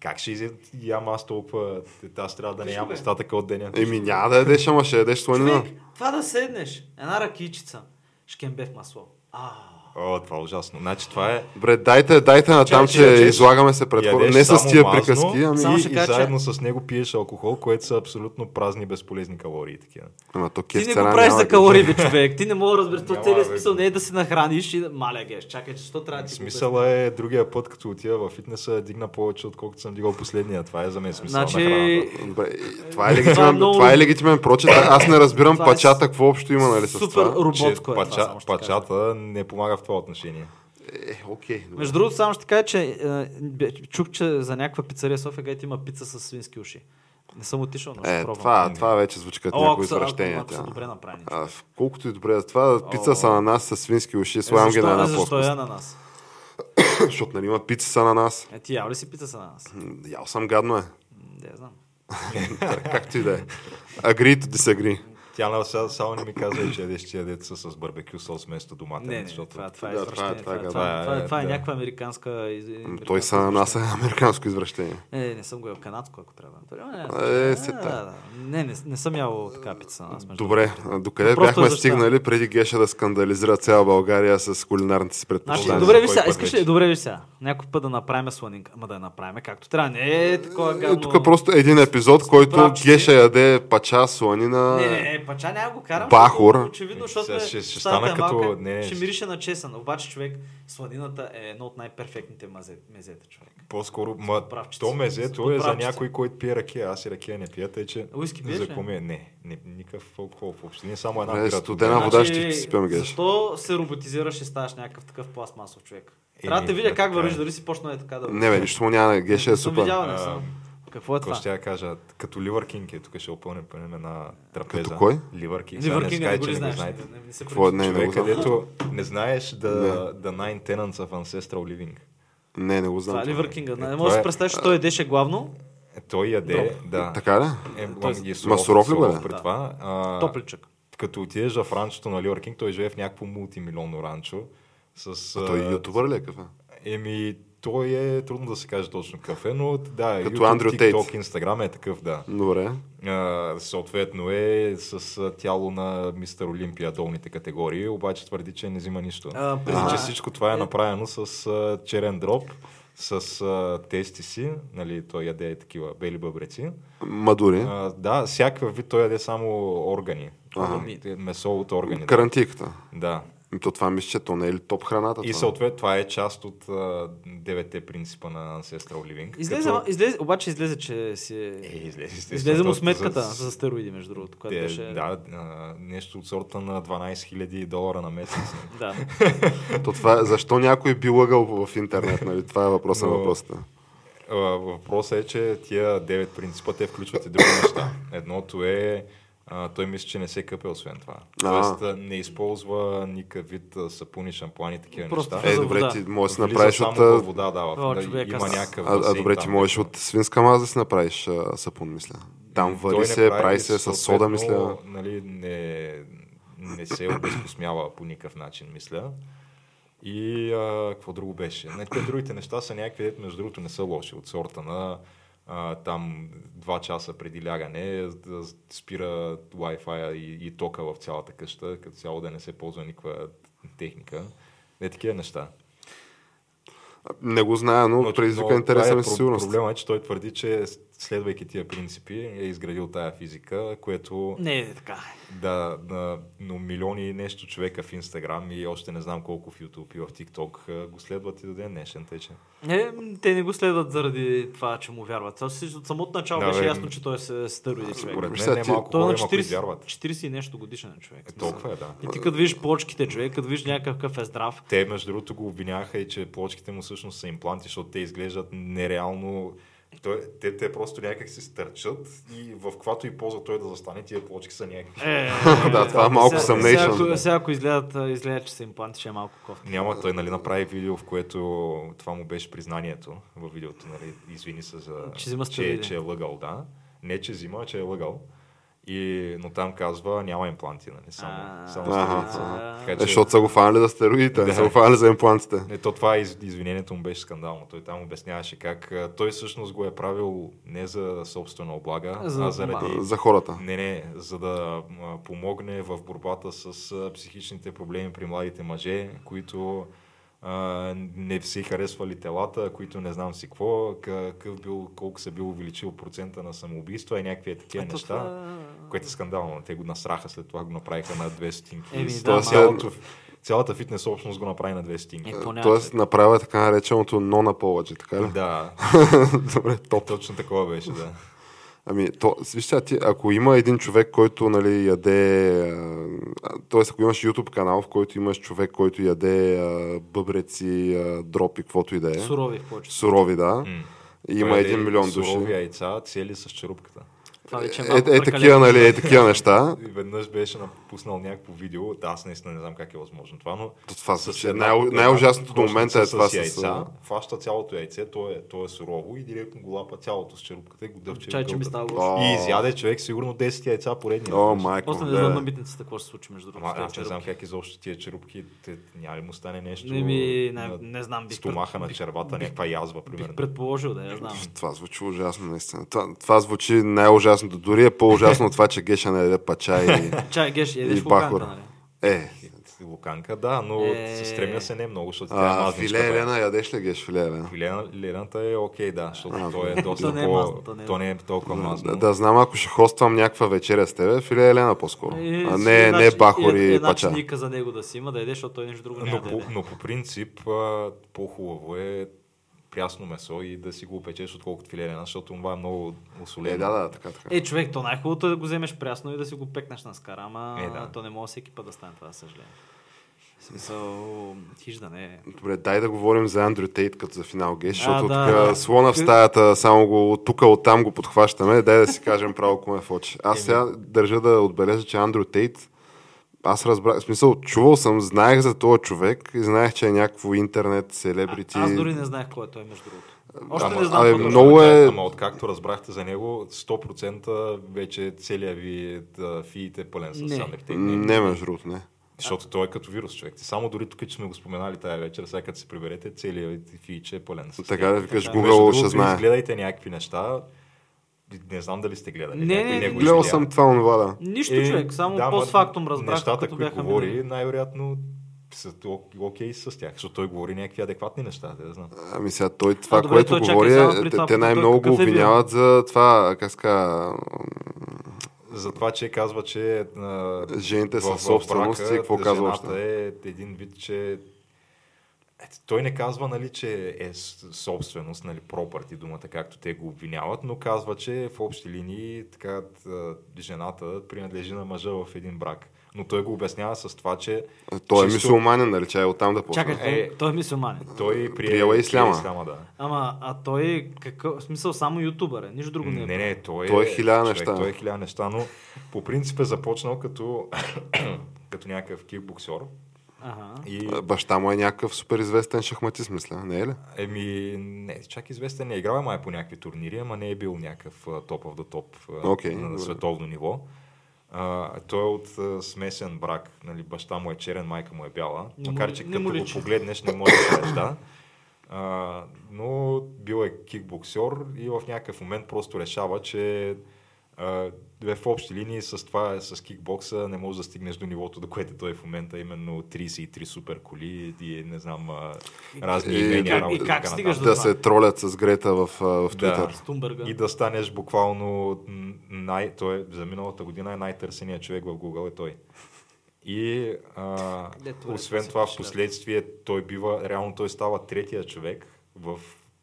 Speaker 3: Как ще изям ям аз толкова? Аз трябва да не
Speaker 1: Виж,
Speaker 3: ям
Speaker 1: бе.
Speaker 3: остатъка от деня.
Speaker 2: Еми няма да ядеш, ама ще ядеш сланина.
Speaker 1: Човек, това да седнеш, една ракичица, шкембе в масло. А,
Speaker 3: О, това е ужасно. Значи това е...
Speaker 2: Бре, дайте, дайте на там,
Speaker 3: Чакай,
Speaker 2: че
Speaker 3: ядеш-
Speaker 2: излагаме се пред хора.
Speaker 3: ядеш
Speaker 2: Не с
Speaker 3: само
Speaker 2: тия
Speaker 3: мазно
Speaker 2: приказки, ами...
Speaker 1: Само
Speaker 3: и,
Speaker 1: ще
Speaker 3: и
Speaker 1: кажа, че-
Speaker 3: заедно с него пиеш алкохол, което са абсолютно празни и безполезни калории. и Такива.
Speaker 2: Ама то
Speaker 1: Ти
Speaker 2: кеф
Speaker 1: не го
Speaker 2: цена
Speaker 1: правиш
Speaker 2: няма,
Speaker 1: за
Speaker 2: геш.
Speaker 1: калории, бе, човек. Ти не мога да разбереш. То
Speaker 3: Няма,
Speaker 1: целият
Speaker 3: бе,
Speaker 1: смисъл
Speaker 3: бе.
Speaker 1: не е да се нахраниш и да... Маля, геш, чакай, че що трябва да ти го
Speaker 3: Смисъла е другия път, като отива във фитнеса, дигна повече, отколкото съм дигал последния. Това е за мен смисъл
Speaker 1: Значи,
Speaker 3: на храната.
Speaker 2: Добре, и-
Speaker 1: Това
Speaker 2: това е
Speaker 1: е
Speaker 2: легитимен,
Speaker 1: много-
Speaker 2: това е легитимен прочит. Аз не разбирам
Speaker 1: Това е
Speaker 2: пачата, какво общо има, нали, с
Speaker 1: Супер
Speaker 2: това.
Speaker 1: роботско е
Speaker 3: Че
Speaker 1: това,
Speaker 3: пача,
Speaker 1: само ще кажа.
Speaker 3: пачата не помага в това отношение.
Speaker 2: Е, окей. добре.
Speaker 1: Между другото, само ще кажа, че е, бе- чух, че за някаква пицария София, където има пица с свински уши. Не съм отишъл, но ще
Speaker 2: Е,
Speaker 1: пробвам.
Speaker 2: това, това вече звучи като
Speaker 1: О, ако
Speaker 2: някои
Speaker 1: са, ако,
Speaker 2: извращения.
Speaker 1: ако са добре направени.
Speaker 2: А, в- колкото и добре, това пица
Speaker 1: О.
Speaker 2: с ананас с свински уши,
Speaker 1: Е,
Speaker 2: слагам ги
Speaker 1: защо,
Speaker 2: на
Speaker 1: е,
Speaker 2: една
Speaker 1: защо
Speaker 2: плоскост.
Speaker 1: е на нас?
Speaker 2: Защото нали има пица с ананас.
Speaker 1: Е, ти яв ли си пита са на нас?
Speaker 2: М, Ял съм гадно е.
Speaker 1: Не знам.
Speaker 2: Та, Както и да е. Agree to disagree.
Speaker 3: Тя на сега само не ми каза, че ядеш тия деца с барбекю сос вместо домата.
Speaker 1: Не, не,
Speaker 3: защото...
Speaker 1: това, това е
Speaker 2: Да, това
Speaker 1: извращение.
Speaker 2: е- това е
Speaker 1: Това, е-
Speaker 2: гадно.
Speaker 1: това, е- това, е- това е
Speaker 3: Да.
Speaker 1: някаква американска... из-
Speaker 2: М,
Speaker 1: американска
Speaker 2: Той с ананас е
Speaker 1: извращение.
Speaker 2: американско извращение.
Speaker 1: Е, Не, не, не съм го ял канадско, ако трябва. да направя.
Speaker 2: Е,
Speaker 1: Не,
Speaker 2: се
Speaker 1: не, не,
Speaker 2: та.
Speaker 1: не, не, не съм ял така пица на нас. между
Speaker 2: Добре,
Speaker 1: другото.
Speaker 2: а докъде
Speaker 1: Е, Просто
Speaker 2: бяхме
Speaker 1: защо?
Speaker 2: стигнали преди Геша да скандализира цяла България с кулинарните си
Speaker 1: Значи,
Speaker 2: предпочитания?
Speaker 3: Познавам
Speaker 1: добре ви
Speaker 3: кой
Speaker 1: сега,
Speaker 3: път
Speaker 1: искаш ли,
Speaker 3: вече.
Speaker 1: добре ви сега, някой път да направим сланинка, ама да я направим както трябва, не е такова
Speaker 2: Е,
Speaker 1: гадно.
Speaker 2: Тук е просто един епизод, който
Speaker 1: прав, че-
Speaker 2: Геша яде пача, сланина.
Speaker 1: Не, не, не, пача няма го карам.
Speaker 2: Бахор.
Speaker 1: защото Очевидно, защото
Speaker 3: Е, Сега
Speaker 1: сме,
Speaker 3: ще- ще
Speaker 1: стаята
Speaker 3: стана
Speaker 1: е
Speaker 3: като-
Speaker 1: малка,
Speaker 3: не, не.
Speaker 1: ще мирише на чесън. Обаче човек, сладината е едно от най-перфектните мазе- мезета, човек.
Speaker 3: По-скоро, ма,
Speaker 1: подправчици.
Speaker 3: то мезето е за
Speaker 1: Подправчици.
Speaker 3: някой, който пие ракия. Аз и ракия не пия, тъй че...
Speaker 1: Уиски пиеш ли?
Speaker 3: за коме... Не, не, никакъв алкохол в общини, само една Значи,
Speaker 2: Добре,
Speaker 3: пира.
Speaker 2: студена
Speaker 3: тогава.
Speaker 2: вода. ще ти всипям, Геш.
Speaker 1: Значи, Защо се роботизираш и ставаш някакъв такъв пластмасов човек? Трябва да те
Speaker 3: Еми,
Speaker 1: видя
Speaker 3: Е, да,
Speaker 1: как
Speaker 3: така
Speaker 1: вървиш,
Speaker 3: е.
Speaker 1: дали си почнал е така да
Speaker 2: Не, бе, нищо му няма. Геша е
Speaker 1: съм
Speaker 2: супер.
Speaker 1: видял, не съм. Ами, Какво е
Speaker 3: Какво
Speaker 1: това?
Speaker 3: ще я кажа? Като Ливър Кинг е, тук ще опълним по една трапеза.
Speaker 2: Като кой?
Speaker 3: Ливър Кинг. Сега
Speaker 1: Ливъркинга
Speaker 3: не
Speaker 1: не
Speaker 3: скай,
Speaker 1: го
Speaker 3: че
Speaker 1: ли
Speaker 3: не го
Speaker 1: знаеш?
Speaker 3: знаете.
Speaker 1: Не- не- не се
Speaker 2: Какво е?
Speaker 1: притесни.
Speaker 2: Не, не
Speaker 3: Човек,
Speaker 2: го знам.
Speaker 3: където не знаеш да, да nine tenants of ancestral living.
Speaker 2: Не, не
Speaker 1: Това
Speaker 2: го знам.
Speaker 1: е Ливъркинга.
Speaker 3: Е,
Speaker 1: Не
Speaker 3: това
Speaker 1: може да
Speaker 3: е-
Speaker 1: си представиш, че той едеше главно
Speaker 3: Е, той яде, да.
Speaker 2: Така ли?
Speaker 3: Е,
Speaker 1: Тоест-
Speaker 3: Ланги е
Speaker 2: Ма
Speaker 3: суров,
Speaker 2: суров ли го е?
Speaker 3: суров при
Speaker 1: Да.
Speaker 3: това. А,
Speaker 1: топличък.
Speaker 3: Като отидеш в ранчото на Ливър Кинг, той живее в някакво мултимилионно ранчо. С,
Speaker 2: А Той
Speaker 3: а,
Speaker 2: е ютубър ли е кафе?
Speaker 3: Еми, той е трудно да се каже точно кафе, но да,
Speaker 2: Като
Speaker 3: YouTube,
Speaker 2: Андрю Тейт.
Speaker 3: TikTok, Instagram е такъв, да.
Speaker 2: Добре.
Speaker 3: А, съответно е с а, тяло на мистер Олимпия долните категории, обаче твърди, че не взима нищо.
Speaker 1: А,
Speaker 3: Твърди, че
Speaker 1: призна-
Speaker 3: всичко това е направено с а, черен дроп, с а, тести си, нали, той яде такива бели бъбреци.
Speaker 2: Мадури.
Speaker 3: А, да, всякакъв вид той яде само органи.
Speaker 2: Ага.
Speaker 3: Месо от органи. Да.
Speaker 2: Карантиката.
Speaker 3: да.
Speaker 2: М, Ами То това мисля, че то не е ли топ храната?
Speaker 3: И
Speaker 2: това?
Speaker 3: съответно това е част от а, девете принципа на Ancestral Living.
Speaker 1: Излезе,
Speaker 3: като-
Speaker 1: излезе, обаче излезе, че си е...
Speaker 3: Е, излезе, естествено,
Speaker 1: Излезе му
Speaker 3: просто
Speaker 1: сметката
Speaker 3: за-
Speaker 1: за стероиди, между другото, която
Speaker 3: Те,
Speaker 1: беше...
Speaker 3: Да, а, нещо от сорта на 12 000 долара на месец.
Speaker 1: да.
Speaker 2: То това, е- защо някой би лъгал в интернет? Нали? Това е въпрос на
Speaker 3: Но-
Speaker 2: въпросата.
Speaker 3: А, Въпросът е, че тия 9 принципа те включват и други неща. Едното е, а, той мисли, че не се къпе освен това. Тоест а, не използва никакъв вид а, сапуни, шампуани и такива
Speaker 1: Просто
Speaker 3: неща.
Speaker 2: Е,
Speaker 1: за
Speaker 2: добре,
Speaker 1: вода.
Speaker 2: ти можеш да си
Speaker 3: Влиза
Speaker 2: направиш
Speaker 3: само
Speaker 2: от...
Speaker 3: във
Speaker 2: а,
Speaker 3: вода, да, в,
Speaker 1: О,
Speaker 3: да
Speaker 1: човек,
Speaker 3: има
Speaker 1: аз-
Speaker 3: някакъв
Speaker 2: А, а
Speaker 3: басейн
Speaker 2: добре, ти
Speaker 3: там,
Speaker 2: можеш
Speaker 3: където-
Speaker 2: от свинска маза да си направиш а, сапун, мисля. Там
Speaker 3: Той
Speaker 2: вари
Speaker 3: не
Speaker 2: се,
Speaker 3: прави,
Speaker 2: прави се с сода,
Speaker 3: съответно,
Speaker 2: мисля.
Speaker 3: Нали, не, не се обезкосмява по никакъв начин, мисля. И а, какво друго беше? Не, те другите неща са някакви, дето, между другото, не са лоши от сорта на а, там два часа преди лягане да спира Wi-Fi и, и тока в цялата къща, като цяло да не се ползва никаква техника. Не такива неща.
Speaker 2: Не го зная, но предизвика интереса ми със сигурност.
Speaker 3: е Проблема е, че той твърди, че следвайки тия принципи е изградил тая физика, което
Speaker 1: Не, е така.
Speaker 3: да, да, но милиони и нещо човека в Инстаграм и още не знам колко в Ютуб и в ТикТок го следват и до ден днешен, тъй че.
Speaker 1: Е, те не го следват заради това, че му вярват. Това си- От самото начало
Speaker 3: Да,
Speaker 1: беше
Speaker 3: бе,
Speaker 1: ясно, че той е стероиди човек.
Speaker 3: Според
Speaker 2: Виж
Speaker 3: мен
Speaker 2: сега,
Speaker 3: не
Speaker 2: ти-
Speaker 3: малко
Speaker 1: Той е
Speaker 3: хора
Speaker 1: на
Speaker 3: има, които
Speaker 1: 40,
Speaker 3: вярват.
Speaker 1: 40 и нещо годишен е човек.
Speaker 3: Е, толкова е, да.
Speaker 1: И ти като видиш плочките човек, като видиш някакъв е здрав,
Speaker 3: Те, между другото, го обвиняха и че плочките му всъщност са импланти, защото те изглеждат нереално. Той, те, те просто някак си стърчат и в каквато и полза той да застане, тия плочки са някакви.
Speaker 1: е,
Speaker 2: Да, това е малко
Speaker 1: сега-
Speaker 2: съмнейшън.
Speaker 1: сега ако- Сега ако изгледат, а, изгледат, че са импланти, ще е малко кофти.
Speaker 3: Няма, той нали, направи видео, в което това му беше признанието в видеото, нали, извини се за...
Speaker 1: Че взима
Speaker 3: че,
Speaker 1: стероиди.
Speaker 3: че е лъгал, да. Не, че взима, а че е лъгал. И, но там казва, няма импланти, нали, само,
Speaker 1: А,
Speaker 3: само
Speaker 2: аха.
Speaker 3: стероиди са.
Speaker 1: Аха.
Speaker 3: Така
Speaker 2: Е,
Speaker 3: че,
Speaker 2: Защото са го фанали за стероидите, не
Speaker 3: Да.
Speaker 2: са го фанали за имплантите.
Speaker 3: не, то това из, извинението му беше скандално. Той там обясняваше как а, той всъщност го е правил не за собствена облага,
Speaker 1: За да
Speaker 3: а заради...
Speaker 1: помага.
Speaker 2: За хората.
Speaker 3: Не, не, за да а, помогне в борбата с а, психичните проблеми при младите мъже, които а, не си харесвали телата, които не знам си какво, какъв бил, колко се бил увеличил процента на самоубийства и някакви е такива
Speaker 1: Ето
Speaker 3: неща,
Speaker 1: това-
Speaker 3: което е скандално. Те го насраха след това, го направиха на две стотинки.
Speaker 1: Еми,
Speaker 3: С-
Speaker 1: да, ма-
Speaker 3: цялото, цялата фитнес общност го направи на две стотинки.
Speaker 1: Е, то няма
Speaker 2: Тоест
Speaker 1: как.
Speaker 2: направя така нареченото но на повече, така ли?
Speaker 3: Да,
Speaker 2: Добре, топ.
Speaker 3: точно такова беше, да.
Speaker 2: Ами, то, вижте, ти, ако има един човек, който нали, яде... а, т.е. ако имаш YouTube канал, в който имаш човек, който яде а, бъбреци, а, дропи, каквото и да е.
Speaker 1: Сурови в повечето.
Speaker 2: Сурови, да.
Speaker 3: М.
Speaker 2: И има
Speaker 3: Той е яде
Speaker 2: един милион
Speaker 3: сурови
Speaker 2: души.
Speaker 3: яйца, цели с черупката.
Speaker 1: Това вече е,
Speaker 2: Е,
Speaker 1: малко
Speaker 2: е, такива,
Speaker 1: прекалено.
Speaker 2: нали, е такива неща.
Speaker 3: И веднъж беше напуснал някакво видео. Да, аз наистина не знам как е възможно това, но...
Speaker 2: То това
Speaker 3: с
Speaker 2: звучи.
Speaker 3: една-
Speaker 2: Най- най-ужасното до
Speaker 3: кошница
Speaker 2: момента е това
Speaker 3: с...
Speaker 2: с-
Speaker 3: Яйца, фаща цялото яйце, то е, то е сурово и директно го лапа цялото с черупката и го дъвче. в
Speaker 1: Чай, че ми
Speaker 3: гълтата.
Speaker 1: става лошо.
Speaker 2: О,
Speaker 3: И изяде човек сигурно 10 яйца поредни.
Speaker 2: О, майко.
Speaker 1: После не
Speaker 2: да.
Speaker 1: знам на митницата какво ще се случи между другото.
Speaker 3: Ама
Speaker 1: с тези
Speaker 3: аз не знам
Speaker 1: черупки.
Speaker 3: как изобщо тия черупки, те, няма ли му стане нещо
Speaker 1: Не, ми, не,
Speaker 3: на
Speaker 1: не знам, бих,
Speaker 3: стомаха на
Speaker 1: бих-
Speaker 3: червата, някаква язва,
Speaker 1: бих
Speaker 3: примерно.
Speaker 1: предположил да я знам.
Speaker 2: Това звучи ужасно, наистина. Това, това звучи най-ужасното. Дори е по-ужасно от това, че Геша не яде пача и...
Speaker 1: Чай, Геш, едеш
Speaker 2: И
Speaker 1: в луканка,
Speaker 2: бахора.
Speaker 1: нали?
Speaker 2: Е,
Speaker 3: Луканка, да, но
Speaker 1: Е.
Speaker 3: се стремя се не много, защото тя е
Speaker 2: а, филе
Speaker 3: мазничка. бе.
Speaker 2: Елена, ядеш ли Геш филе Елена?
Speaker 3: Филе Елената е окей, да, защото
Speaker 2: А,
Speaker 3: то е
Speaker 2: да.
Speaker 3: доста
Speaker 1: То не е
Speaker 3: по...
Speaker 1: мазно, то не е-
Speaker 3: То не е толкова
Speaker 2: Да,
Speaker 3: мазно.
Speaker 2: да знам, ако ще хоствам някаква вечеря с тебе, филе Елена по-скоро.
Speaker 1: Е,
Speaker 2: а
Speaker 1: си
Speaker 2: не,
Speaker 1: една-
Speaker 2: не бахор и,
Speaker 1: една
Speaker 2: пача.
Speaker 1: чиника за него да си има, да яде, защото той нещо друго няма
Speaker 3: Но,
Speaker 1: да
Speaker 3: по,
Speaker 1: яде.
Speaker 3: но по принцип а, по-хубаво е прясно месо и да си го опечеш отколкото филе Елена, защото това е много
Speaker 2: Е,
Speaker 3: осолено.
Speaker 2: да, да, така, така.
Speaker 1: Е, човек, то най-хубавото е да го вземеш прясно и да си го пекнеш на скара, ама
Speaker 3: Е, да.
Speaker 1: то не може всеки път да стане това, за съжаление. В смисъл, хиж да не е.
Speaker 2: Добре, дай да говорим за Андрю Тейт като за финал геш,
Speaker 1: А,
Speaker 2: защото
Speaker 1: да,
Speaker 2: да, тук
Speaker 1: да.
Speaker 2: слона в стаята, само го от тук, от там го подхващаме, дай да си кажем право куме в очи. Аз
Speaker 3: Еми.
Speaker 2: сега държа да отбележа, че Андрю Тейт, аз разбрах, в смисъл, чувал съм, знаех за този човек и знаех, че е някакво интернет, селебрити.
Speaker 1: А, аз дори не знаех кой е той, между другото. Още
Speaker 2: Ама-
Speaker 1: не знам.
Speaker 2: абе,
Speaker 1: кой е.
Speaker 2: много е-
Speaker 3: Ама откакто разбрахте за него, 100% вече целият ви да, фиит е пълен с
Speaker 1: Не.
Speaker 3: Undertaker.
Speaker 2: Не, между другото, не.
Speaker 3: Защото той е като вирус, човек. Само дори тук, че сме го споменали тая вечер, сега като се приберете, целият ви фиит ще е пълен с
Speaker 2: Така да викаш,
Speaker 1: Така.
Speaker 2: Google ще
Speaker 3: другото,
Speaker 2: знае.
Speaker 3: Изгледайте някакви неща. Не знам дали сте гледали.
Speaker 1: Не,
Speaker 3: някой
Speaker 1: не, не.
Speaker 3: негов
Speaker 2: Гледал
Speaker 3: изглед.
Speaker 2: съм това, онова, да.
Speaker 1: Нищо,
Speaker 3: Е,
Speaker 1: човек, само
Speaker 3: да,
Speaker 1: да,
Speaker 3: ма
Speaker 1: постфактум разбрах,
Speaker 3: Нещата,
Speaker 1: като
Speaker 3: които
Speaker 1: бяха
Speaker 3: говори,
Speaker 1: минали.
Speaker 3: най-вероятно са ок- окей с тях, защото той говори някакви адекватни неща, да знам.
Speaker 2: Ами сега той това,
Speaker 1: А, добре,
Speaker 2: което
Speaker 1: той чакай,
Speaker 2: говори,
Speaker 1: само
Speaker 2: е-
Speaker 1: при
Speaker 2: те,
Speaker 1: това,
Speaker 2: те
Speaker 1: той
Speaker 2: най-много го
Speaker 1: какъв е бил?
Speaker 2: обвиняват за това, как ска,
Speaker 3: За това, че казва, че а,
Speaker 2: жените
Speaker 3: в-
Speaker 2: са
Speaker 3: в
Speaker 2: собственост
Speaker 3: брака
Speaker 2: и какво казва
Speaker 3: жената
Speaker 2: още.
Speaker 3: е един вид, че е, той не казва, нали, че е с- собственост, нали, property думата, както те го обвиняват, но казва, че в общи линии така, т- жената принадлежи на мъжа в един брак. Но той го обяснява с това, че
Speaker 2: Той е
Speaker 3: чисто-
Speaker 2: мисулманен, нали, че е оттам да почне.
Speaker 1: Чакай,
Speaker 3: Е.
Speaker 1: той, той е мисюлманин.
Speaker 3: Той прие,
Speaker 2: Приела
Speaker 3: прие
Speaker 2: исляма.
Speaker 3: исляма да.
Speaker 1: Ама, а той е какъв, в смисъл само ютубър е, нищо друго не е.
Speaker 3: Не, не, той,
Speaker 2: Той е хиляда
Speaker 3: човек,
Speaker 2: неща.
Speaker 3: Той е хиляда неща, но по принцип е започнал като, като някакъв кикбоксер.
Speaker 1: Ага.
Speaker 3: И,
Speaker 2: А, Баща му е някакъв супер известен шахматист, мисля, не е ли?
Speaker 3: еми, не, чак известен не е играл, май по някакви турнири, ама не е бил някакъв топ в да топ
Speaker 2: Окей,
Speaker 3: на
Speaker 2: добре.
Speaker 3: световно ниво. А, той е от а, смесен брак, нали, баща му е черен, майка му е бяла,
Speaker 1: Не му-
Speaker 3: макар че
Speaker 1: не
Speaker 3: като
Speaker 1: му е
Speaker 3: го
Speaker 1: личи.
Speaker 3: погледнеш не можеш да кажеш да. А, но бил е кикбоксер и в някакъв момент просто решава, че а, бе, в общи линии с това, с кикбокса не можеш да стигнеш до нивото, до което той е в момента, именно 33 супер коли и не знам, а, разни
Speaker 2: И-
Speaker 3: имения,
Speaker 2: и
Speaker 3: работи
Speaker 1: как
Speaker 3: така
Speaker 1: стигаш
Speaker 3: нататък.
Speaker 2: Да
Speaker 1: това.
Speaker 2: се тролят с Грета в, а, в
Speaker 3: Да.
Speaker 2: Твитър.
Speaker 1: Стумбърга.
Speaker 3: И да станеш буквално м, най... Той е- за миналата година е най-търсеният човек в Google е той. И а,
Speaker 1: Където е,
Speaker 3: освен
Speaker 1: се
Speaker 3: това, в
Speaker 1: пише, да.
Speaker 3: последствие той бива, реално той става третия човек в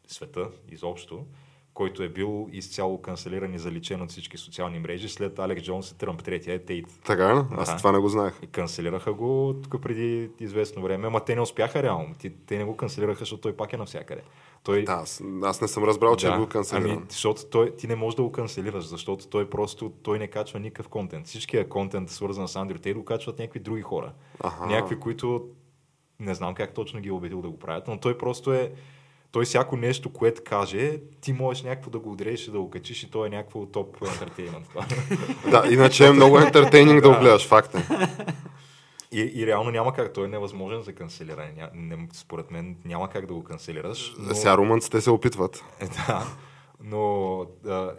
Speaker 3: света изобщо, който е бил изцяло канцелиран и заличен от всички социални мрежи. След Алекс Джонс и Тръмп третия е Тейт.
Speaker 2: Така ли? Аз
Speaker 3: Аха.
Speaker 2: това не го знаех.
Speaker 3: И канцелираха го тук преди известно време, ама те не успяха реално. Те, те не го канцелираха, защото той пак е навсякъде. Той,
Speaker 2: Да, аз, аз не съм разбрал, че е да. го
Speaker 3: Ами,
Speaker 2: канцелирам.
Speaker 3: защото той, ти не можеш да го канцелираш, защото той просто той не качва никакъв контент. Всичкия контент, свързан с Андрю Тейт, го качват някакви други хора.
Speaker 2: Аха.
Speaker 3: Някакви, които не знам как точно ги е убедил да го правят, но той просто е той всяко нещо, което каже, ти можеш някакво да го удреш и да го качиш и той е някакво топ ентертеймент. това. Ами-
Speaker 2: Да, иначе е много ентертейнинг да го гледаш, факт е.
Speaker 3: И, и реално няма как, той е невъзможен за канцелиране. Ня, не, според мен няма как да го канцелираш. но-
Speaker 2: Сега румънците се опитват.
Speaker 3: Е, Да, но да,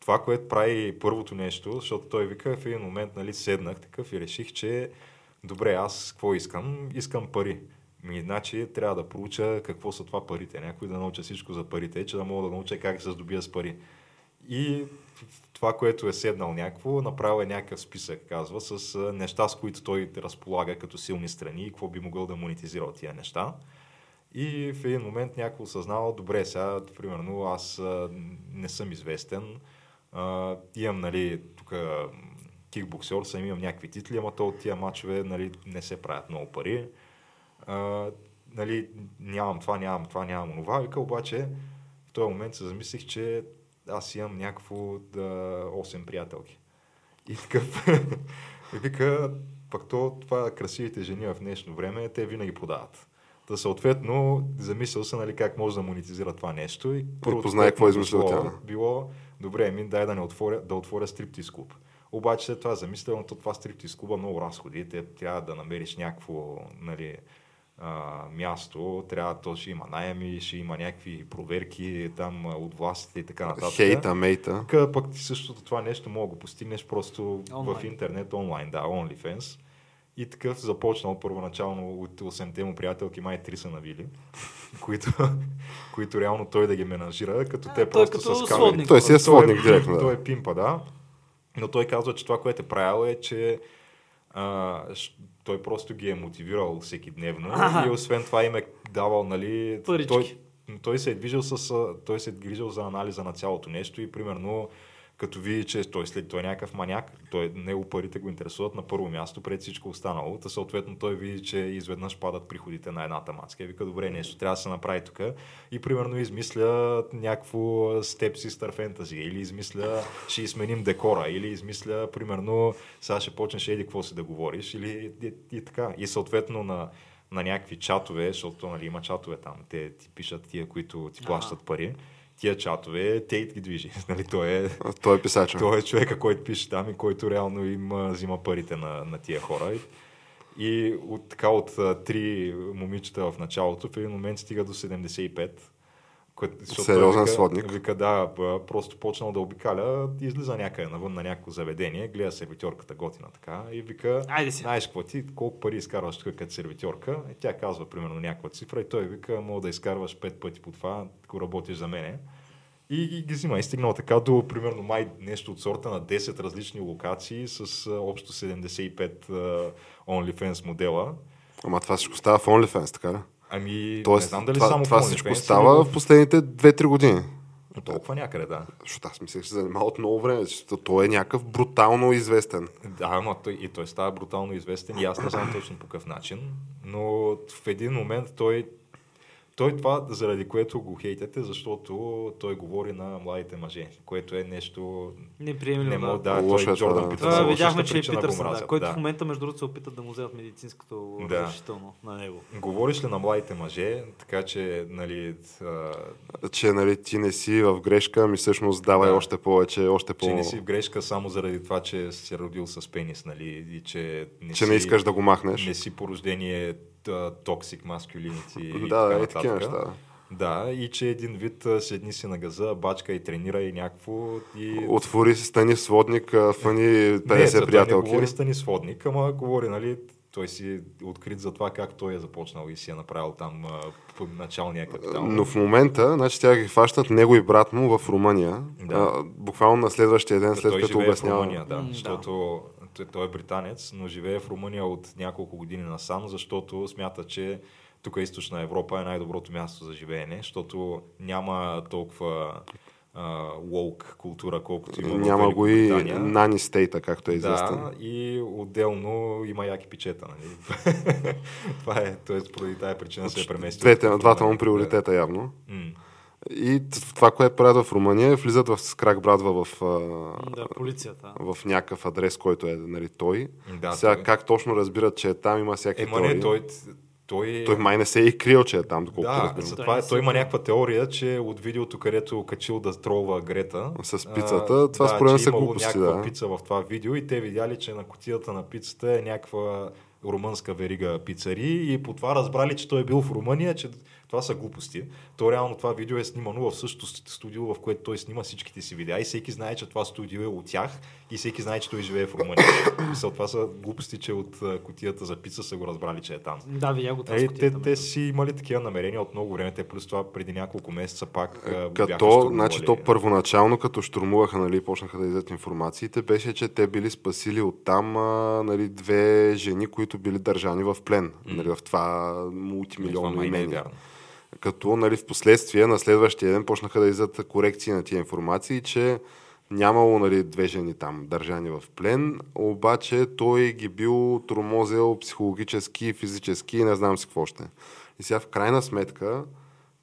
Speaker 3: това, което прави първото нещо, защото той вика в един момент, нали, седнах такъв и реших, че добре, аз какво искам? Искам пари. Ми, значи трябва да проуча какво са това парите. Някой да науча всичко за парите, че да мога да науча как се здобия с пари. И това, което е седнал някакво, направил е някакъв списък, казва, с а, неща, с които той разполага като силни страни и какво би могъл да монетизира от тия неща. И в един момент някой осъзнава, добре, сега, примерно, аз а, не съм известен, а, имам, нали, тук кикбоксер, съм имам някакви титли, ама то от тия мачове, нали, не се правят много пари. А, нали, нямам това, нямам това, нямам това. Вика, обаче, в този момент се замислих, че аз имам някакво да, 8 приятелки. И такъв, и вика, пък то, това красивите жени в днешно време, те винаги продават. Та съответно, замислял се нали, как може да монетизира това нещо. И първото,
Speaker 2: познай
Speaker 3: което
Speaker 2: какво
Speaker 3: ми е
Speaker 2: измислил
Speaker 3: дошло,
Speaker 2: тя.
Speaker 3: Било, добре, ми дай да не отворя, да отворя стриптиз клуб. Обаче след това замислям, то това стриптиз клуба много разходи. Те трябва да намериш някакво нали, а, място, трябва то ще има найеми, ще има някакви проверки там а, от властите и така нататък.
Speaker 2: Хейта, мейта.
Speaker 3: Тук пък ти същото това нещо мога да го постигнеш просто
Speaker 1: Онлайн.
Speaker 3: в интернет, онлайн, да, OnlyFans. И такъв започнал първоначално от 8-те му приятелки, май 3 са навили, които, които реално той да ги менажира, като
Speaker 1: А,
Speaker 3: те
Speaker 1: той
Speaker 3: просто
Speaker 1: като
Speaker 3: с камери.
Speaker 1: сводник.
Speaker 2: Той си е сводник
Speaker 3: Той
Speaker 2: директно.
Speaker 3: Той е
Speaker 2: Да.
Speaker 3: пимпа, да. Но той казва, че това, което е правил е, че а, щ- той просто ги е мотивирал всеки дневно
Speaker 1: Аха.
Speaker 3: и освен това им е давал, нали,
Speaker 1: Парички.
Speaker 3: той, той се е движил с, а, той се е грижил за анализа на цялото нещо и примерно като види, че той след той е някакъв маняк, той, него парите го интересуват на първо място пред всичко останало, та съответно той види, че изведнъж падат приходите на едната маска и вика, добре, нещо трябва да се направи тук и примерно измисля някакво степ систър фентази или измисля, ще изменим декора или измисля, примерно, сега ще почнеш еди какво си да говориш или и, и така. И съответно на на някакви чатове, защото нали, има чатове там, те ти пишат тия, които ти
Speaker 1: Ага.
Speaker 3: плащат пари, тия чатове, Тейт ги движи. Нали, той, е,
Speaker 2: А, Той е писач.
Speaker 3: той е човека, който пише там и който реално им а, взима парите на, на тия хора. И, и от, така от а, три момичета в началото, в един момент стига до 75. Което, защото той
Speaker 2: Сериозен сводник.
Speaker 3: Вика, да, б- просто почнал да обикаля, излиза някъде навън на някакво заведение, гледа сервитьорката готина така и вика,
Speaker 1: Айде си.
Speaker 3: знаеш какво ти, колко пари изкарваш тук като сервитьорка, и тя казва примерно някаква цифра и той вика, мога да изкарваш пет пъти по това, ако работиш за мене. И ги, ги взима. И стигнал така до примерно май нещо от сорта на 10 различни локации с а, общо 75 а, OnlyFans модела.
Speaker 2: Ама това всичко става в OnlyFans, така ли?
Speaker 3: Ами,
Speaker 2: Тоест,
Speaker 3: не знам дали
Speaker 2: това,
Speaker 3: само
Speaker 2: това
Speaker 3: в OnlyFans
Speaker 2: всичко
Speaker 3: или
Speaker 2: става
Speaker 3: в-
Speaker 2: в последните 2-3 години.
Speaker 3: Толкова някъде, да.
Speaker 2: Защото аз мислех, че се занимава от много време, защото той е някакъв брутално известен.
Speaker 3: Да, ама той, и той става брутално известен и аз не знам точно по какъв начин, но в един момент той, той това, заради което го хейтете, защото той говори на младите мъже, което е нещо... Не
Speaker 1: Неприемливо.
Speaker 3: мога,
Speaker 1: Да.
Speaker 3: да,
Speaker 2: Лошо е
Speaker 3: той
Speaker 2: това,
Speaker 3: Джордан
Speaker 2: да.
Speaker 3: Питърсън.
Speaker 1: Това
Speaker 3: лошата
Speaker 1: видяхме, че е
Speaker 3: причина го
Speaker 1: Питърсън, да,
Speaker 3: мразят,
Speaker 1: който
Speaker 3: да.
Speaker 1: в момента между другото се опитат да му вземат медицинското
Speaker 3: Да.
Speaker 1: разрешително на него.
Speaker 3: Говориш ли на младите мъже, така че, нали, а,
Speaker 2: Че нали, ти не си в грешка, ми всъщност давай
Speaker 3: Да.
Speaker 2: още повече, още по...
Speaker 3: че не си в грешка само заради това, че си се родил с пенис, нали, и че не,
Speaker 2: че
Speaker 3: си,
Speaker 2: не искаш да го махнеш.
Speaker 3: не си по рождение а, токсик маскюлинити
Speaker 2: да,
Speaker 3: и така
Speaker 2: да, е
Speaker 3: нататък.
Speaker 2: такива неща.
Speaker 3: Да, и че един вид а, седни си на газа, бачка и тренира и някакво и...
Speaker 2: Отвори си, стани сводник, а, фани
Speaker 3: не, за
Speaker 2: 50
Speaker 3: той
Speaker 2: приятелки.
Speaker 3: Не говори стани сводник, ама говори, нали, той си открит за това как той е започнал и си е направил там а, п- началния капитал.
Speaker 2: Но в момента, значи тя ги хващат него и брат му в Румъния.
Speaker 3: Да.
Speaker 2: А, буквално на следващия ден,
Speaker 3: Та
Speaker 2: след
Speaker 3: той
Speaker 2: като
Speaker 3: живее в
Speaker 2: обяснява.
Speaker 3: Румъния, да,
Speaker 1: М, да.
Speaker 3: защото той, той е британец, но живее в Румъния от няколко години насам, защото смята, че тук източна Европа е най-доброто място за живеене, защото няма толкова а, woke култура, колкото има в
Speaker 2: Няма го и
Speaker 3: Великобритания.
Speaker 2: Нани Стейта, както е известен.
Speaker 3: Да, и отделно има яки печета, нали? Това е, т.е. поради тая причина се е преместил.
Speaker 2: Значи, Двете, двата му приоритета явно.
Speaker 3: Да. М.
Speaker 2: И т- това, което правят в Румъния, е влизат в крак братва в, а,
Speaker 1: Да, полицията.
Speaker 2: в някакъв адрес, който е нали, той.
Speaker 3: Да,
Speaker 2: Сега
Speaker 3: той.
Speaker 2: как точно разбират, че е там, има всякакви
Speaker 3: Ема
Speaker 2: теории.
Speaker 3: не, той... Той,
Speaker 2: той май не се е и крил, че е там, доколкото
Speaker 3: да,
Speaker 2: разбирам.
Speaker 3: затова
Speaker 1: Той
Speaker 3: той,
Speaker 1: не
Speaker 3: той
Speaker 1: си-
Speaker 3: има някаква теория, че от видеото, където качил да тролва Грета...
Speaker 2: С
Speaker 3: а,
Speaker 2: пицата, това според мен
Speaker 3: че
Speaker 2: са
Speaker 3: имало
Speaker 2: глупости,
Speaker 3: някаква
Speaker 2: да.
Speaker 3: пица в това видео и те видяли, че на котията на пицата е някаква румънска верига пицари и по това разбрали, че той е бил в Румъния, че това са глупости. То реално това видео е снимано в същото ст- студио, в което той снима всичките си видеа и всеки знае, че това студио е от тях и всеки знае, че той живее в Румъния. Мисъл, това са глупости, че от а, котията за пица са го разбрали, че е там.
Speaker 1: Да, видя го това. с
Speaker 3: Е,
Speaker 1: кутията, между
Speaker 3: те, те си имали такива намерения от много време, те плюс това преди няколко месеца пак а, го бяха
Speaker 2: Е, Като,
Speaker 3: штурмували.
Speaker 2: значи, то първоначално, като штурмуваха, нали, почнаха да излизат информациите, беше, че те били спасили оттам а, нали, две жени, които били държани в плен, нали, в това
Speaker 3: Е, това
Speaker 2: мултимилионно
Speaker 3: май не е
Speaker 2: имение.
Speaker 3: вярно.
Speaker 2: Като нали, в последствие на следващия ден почнаха да излизат корекции на тия информации, че нямало нали, две жени там държани в плен, обаче той ги бил тормозил психологически, физически и не знам си какво още. И сега в крайна сметка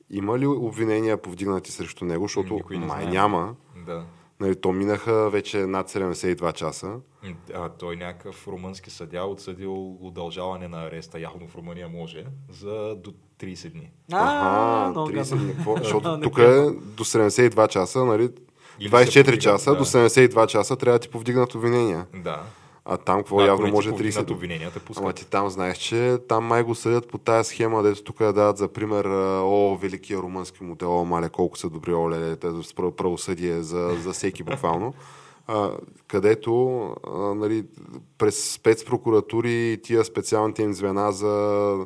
Speaker 2: има ли обвинения повдигнати срещу него, защото
Speaker 3: Никой не
Speaker 2: май
Speaker 3: знае.
Speaker 2: няма.
Speaker 3: Да.
Speaker 2: Нали, то минаха вече над 72 часа.
Speaker 3: М, А, той някакъв румънски съдя отсъдил удължаване на ареста, явно в Румъния може, за до 30 дни.
Speaker 1: А, много
Speaker 2: 30
Speaker 1: гадно.
Speaker 2: дни. Какво? Защото
Speaker 1: Не
Speaker 2: тук е до 72 часа, нали?
Speaker 3: Или се
Speaker 2: 24
Speaker 3: повдигат,
Speaker 2: часа
Speaker 3: да.
Speaker 2: до 72 часа трябва да ти повдигнат обвинения.
Speaker 3: Да.
Speaker 2: А там какво
Speaker 3: Да, ако
Speaker 2: явно
Speaker 3: не ти
Speaker 2: може
Speaker 3: повдигнат
Speaker 2: 30
Speaker 3: обвиненията, пускат.
Speaker 2: Ама ти там знаеш, че там май го съдят по тая схема, дето тук я дават за пример а, о, великия румънски модел, о, мале, колко са добри, оле, те с пра- правосъдие за, за всеки буквално. А, където а, нали, през спецпрокуратури и тия специалните им звена за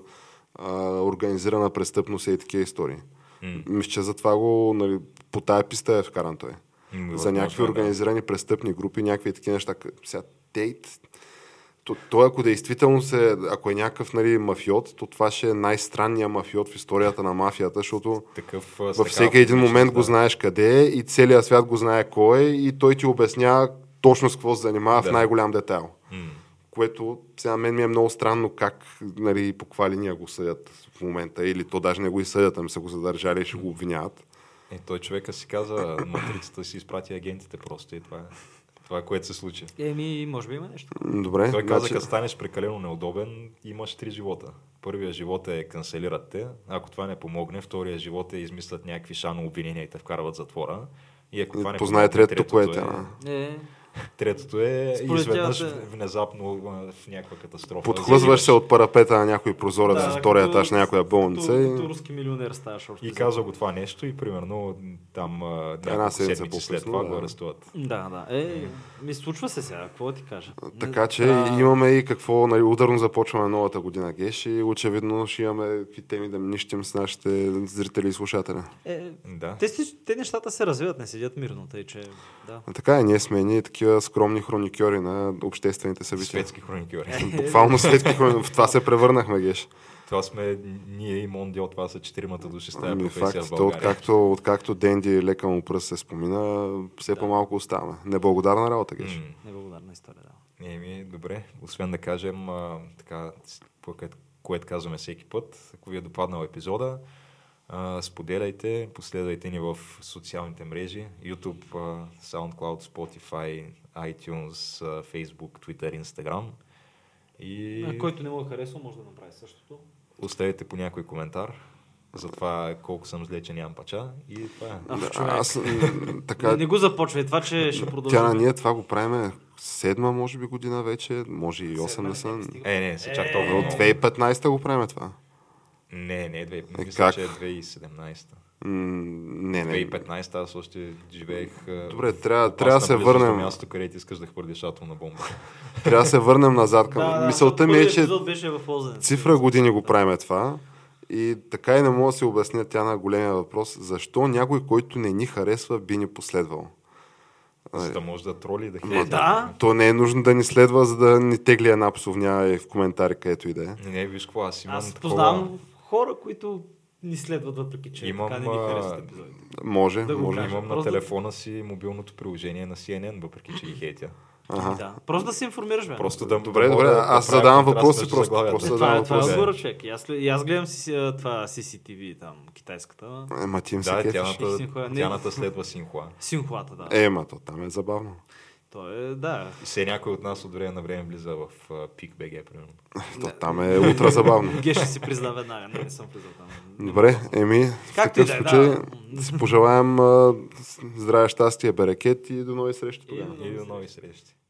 Speaker 2: а, организирана престъпност и такива истории.
Speaker 3: М.
Speaker 2: Мисля, че затова го нали, по тая писта е вкаран той.
Speaker 3: М,
Speaker 2: за някакви
Speaker 3: възможно е, да.
Speaker 2: организирани престъпни групи, някакви такива неща. К- Сега, те, то, той, ако действително се, ако е някакъв нали, мафиот, то това ще е най-странният мафиот в историята на мафията, защото
Speaker 3: Такъв,
Speaker 2: във всеки един момент го знаеш къде е и целият свят го знае кой е и той ти обяснява точно с какво се занимава да.
Speaker 3: Да.
Speaker 2: в най-голям детайл. Което сега мен ми е много странно как нали, по каква линия го съдят в момента или то даже не го и съдят, ами са го задържали и ще го обвиняват.
Speaker 3: Е, той човека си каза, матрицата си изпрати агентите просто и това е. Това е което се случи.
Speaker 1: Еми, може би има нещо.
Speaker 2: М, Добре. значи,
Speaker 3: Той каза, като станеш прекалено неудобен, имаш три живота. Първия живот е канцелират те, ако това не помогне, втория живот е измислят някакви шано обвинения и те вкарват в затвора. И ако това не
Speaker 2: Познай
Speaker 3: помогне,
Speaker 2: третото, което е.
Speaker 3: е,
Speaker 2: да.
Speaker 1: Е,
Speaker 3: Третото е
Speaker 1: Според
Speaker 3: изведнъж
Speaker 1: тях, да.
Speaker 3: внезапно а, в някаква катастрофа.
Speaker 2: Подхлъзваш се от парапета на някой прозорец
Speaker 1: Да,
Speaker 2: да, втория
Speaker 1: като-
Speaker 2: етаж на някоя болница
Speaker 1: като,
Speaker 2: и...
Speaker 1: като руски милионер ставаш. общо
Speaker 3: И
Speaker 1: взето.
Speaker 3: казва го това нещо и примерно там а, няколко
Speaker 2: седмица
Speaker 3: седмици след
Speaker 2: по-късно,
Speaker 3: това
Speaker 2: да.
Speaker 3: го арестуват.
Speaker 1: Да, да. Е, ми случва се сега, какво ти кажа.
Speaker 2: Така че
Speaker 1: Да.
Speaker 2: имаме и какво, нали, ударно започваме новата година, Геш, и очевидно ще имаме какви теми да нищим с нашите зрители и слушатели.
Speaker 1: Е,
Speaker 3: Да.
Speaker 1: те, си- те нещата се развиват, не седят мирно, тъй че да.
Speaker 2: А така е, ние сме ние такива скромни хроникьори на обществените събития.
Speaker 3: Светски хроникьори.
Speaker 2: Буквално след какво в това се превърнахме, Геш.
Speaker 3: Това сме ние и Мондио, това са четиримата души с тази
Speaker 2: Ами,
Speaker 3: професия
Speaker 2: факт,
Speaker 3: в
Speaker 2: то
Speaker 3: България.
Speaker 2: откакто, откакто Денди лека му пръст се спомина, все по-малко оставаме. Неблагодарна работа, Геш.
Speaker 3: М.
Speaker 1: Неблагодарна е история, да.
Speaker 3: Еми, добре. Освен да кажем, а, така, с- по- кът- което казваме всеки път, ако ви е допаднал епизода, а, споделяйте, последвайте ни в социалните мрежи, YouTube, а, SoundCloud, Spotify, iTunes, а, Facebook, Twitter, Instagram. И
Speaker 1: А, който не му е харесал, може да направи същото.
Speaker 3: оставете по някой коментар за това колко съм зле, че нямам пача. И това е.
Speaker 1: Ах, човек.
Speaker 2: Аз, м, така,
Speaker 1: Не, не, го започвай, това, че ще продължим.
Speaker 2: Тя на ние това го правиме седма, може би, година вече, може и 8
Speaker 1: Седма
Speaker 2: не
Speaker 1: не
Speaker 2: са.
Speaker 1: стига.
Speaker 3: Е, не, се чак
Speaker 1: Е,
Speaker 3: толкова.
Speaker 2: От
Speaker 3: много.
Speaker 2: 2015 го правиме това.
Speaker 3: Не, не, две,
Speaker 2: Е,
Speaker 3: мисля,
Speaker 2: как?
Speaker 3: че е 2017.
Speaker 2: М, Не, не.
Speaker 3: 2015 аз още живеех. а,
Speaker 2: Добре,
Speaker 3: в
Speaker 2: трябва-
Speaker 3: опасна
Speaker 2: трябва да се
Speaker 3: близост до
Speaker 2: върнем.
Speaker 3: място, където искаш да хвърлиш атомна бомба.
Speaker 2: Трябва да се върнем назад към.
Speaker 1: Да, да,
Speaker 2: Мисълта ми е,
Speaker 1: първият
Speaker 2: че
Speaker 1: епизод беше в Лозенец.
Speaker 2: цифра години го правиме това. И така и не мога да се обясня тя на големия въпрос, защо някой, който не ни харесва, би ни последвал.
Speaker 3: за да може да троли и да
Speaker 1: Е,
Speaker 3: хвърли.
Speaker 1: да.
Speaker 2: То не е нужно да ни следва, за да ни тегли една псовня и в коментари, където и да е.
Speaker 3: Не, не, виж какво, аз имам
Speaker 1: Аз
Speaker 3: такова-
Speaker 1: познавам хора, които ни следват, въпреки че
Speaker 3: Имам,
Speaker 1: така не ни
Speaker 3: а,
Speaker 1: харесват епизодите.
Speaker 2: Може,
Speaker 1: Да го
Speaker 2: може.
Speaker 1: кажа.
Speaker 3: Имам на
Speaker 1: Просто-
Speaker 3: телефона си мобилното приложение на CNN, въпреки че ги хейтя.
Speaker 2: Ага.
Speaker 1: Да. Просто да се информираш, бе.
Speaker 3: Просто да
Speaker 2: Добре,
Speaker 3: мога
Speaker 2: добре,
Speaker 3: да-
Speaker 2: аз
Speaker 3: да правя
Speaker 2: задавам
Speaker 3: контраст
Speaker 2: въпроси
Speaker 3: между
Speaker 2: просто-
Speaker 3: заглавията.
Speaker 2: просто
Speaker 1: Е,
Speaker 2: да-
Speaker 1: това, е,
Speaker 2: задавам
Speaker 1: това е
Speaker 2: въпроси.
Speaker 1: отговора, човек. И Аз, след- и аз гледам си, а, това CCTV, там, китайската. ама
Speaker 2: Ема Е, ти им се
Speaker 3: Да,
Speaker 2: кефиш.
Speaker 1: И
Speaker 3: тяната,
Speaker 1: Синхуа, не.
Speaker 3: тяната следва Синхуа.
Speaker 1: Синхуата, да.
Speaker 2: Е, ма то там е забавно.
Speaker 1: То е, да.
Speaker 3: И се някой от нас от време на време влиза в а, Пик БГ, примерно.
Speaker 2: То, там е утра забавно.
Speaker 1: Ге ще си призна веднага, не, не съм признал там.
Speaker 2: Добре, еми, в
Speaker 1: Както и
Speaker 2: такъв
Speaker 1: да е, да.
Speaker 2: случай да си пожелаем а, здраве, щастие, берекет и до нови срещи тогава.
Speaker 1: Много
Speaker 3: И до
Speaker 1: срещи.
Speaker 3: нови срещи.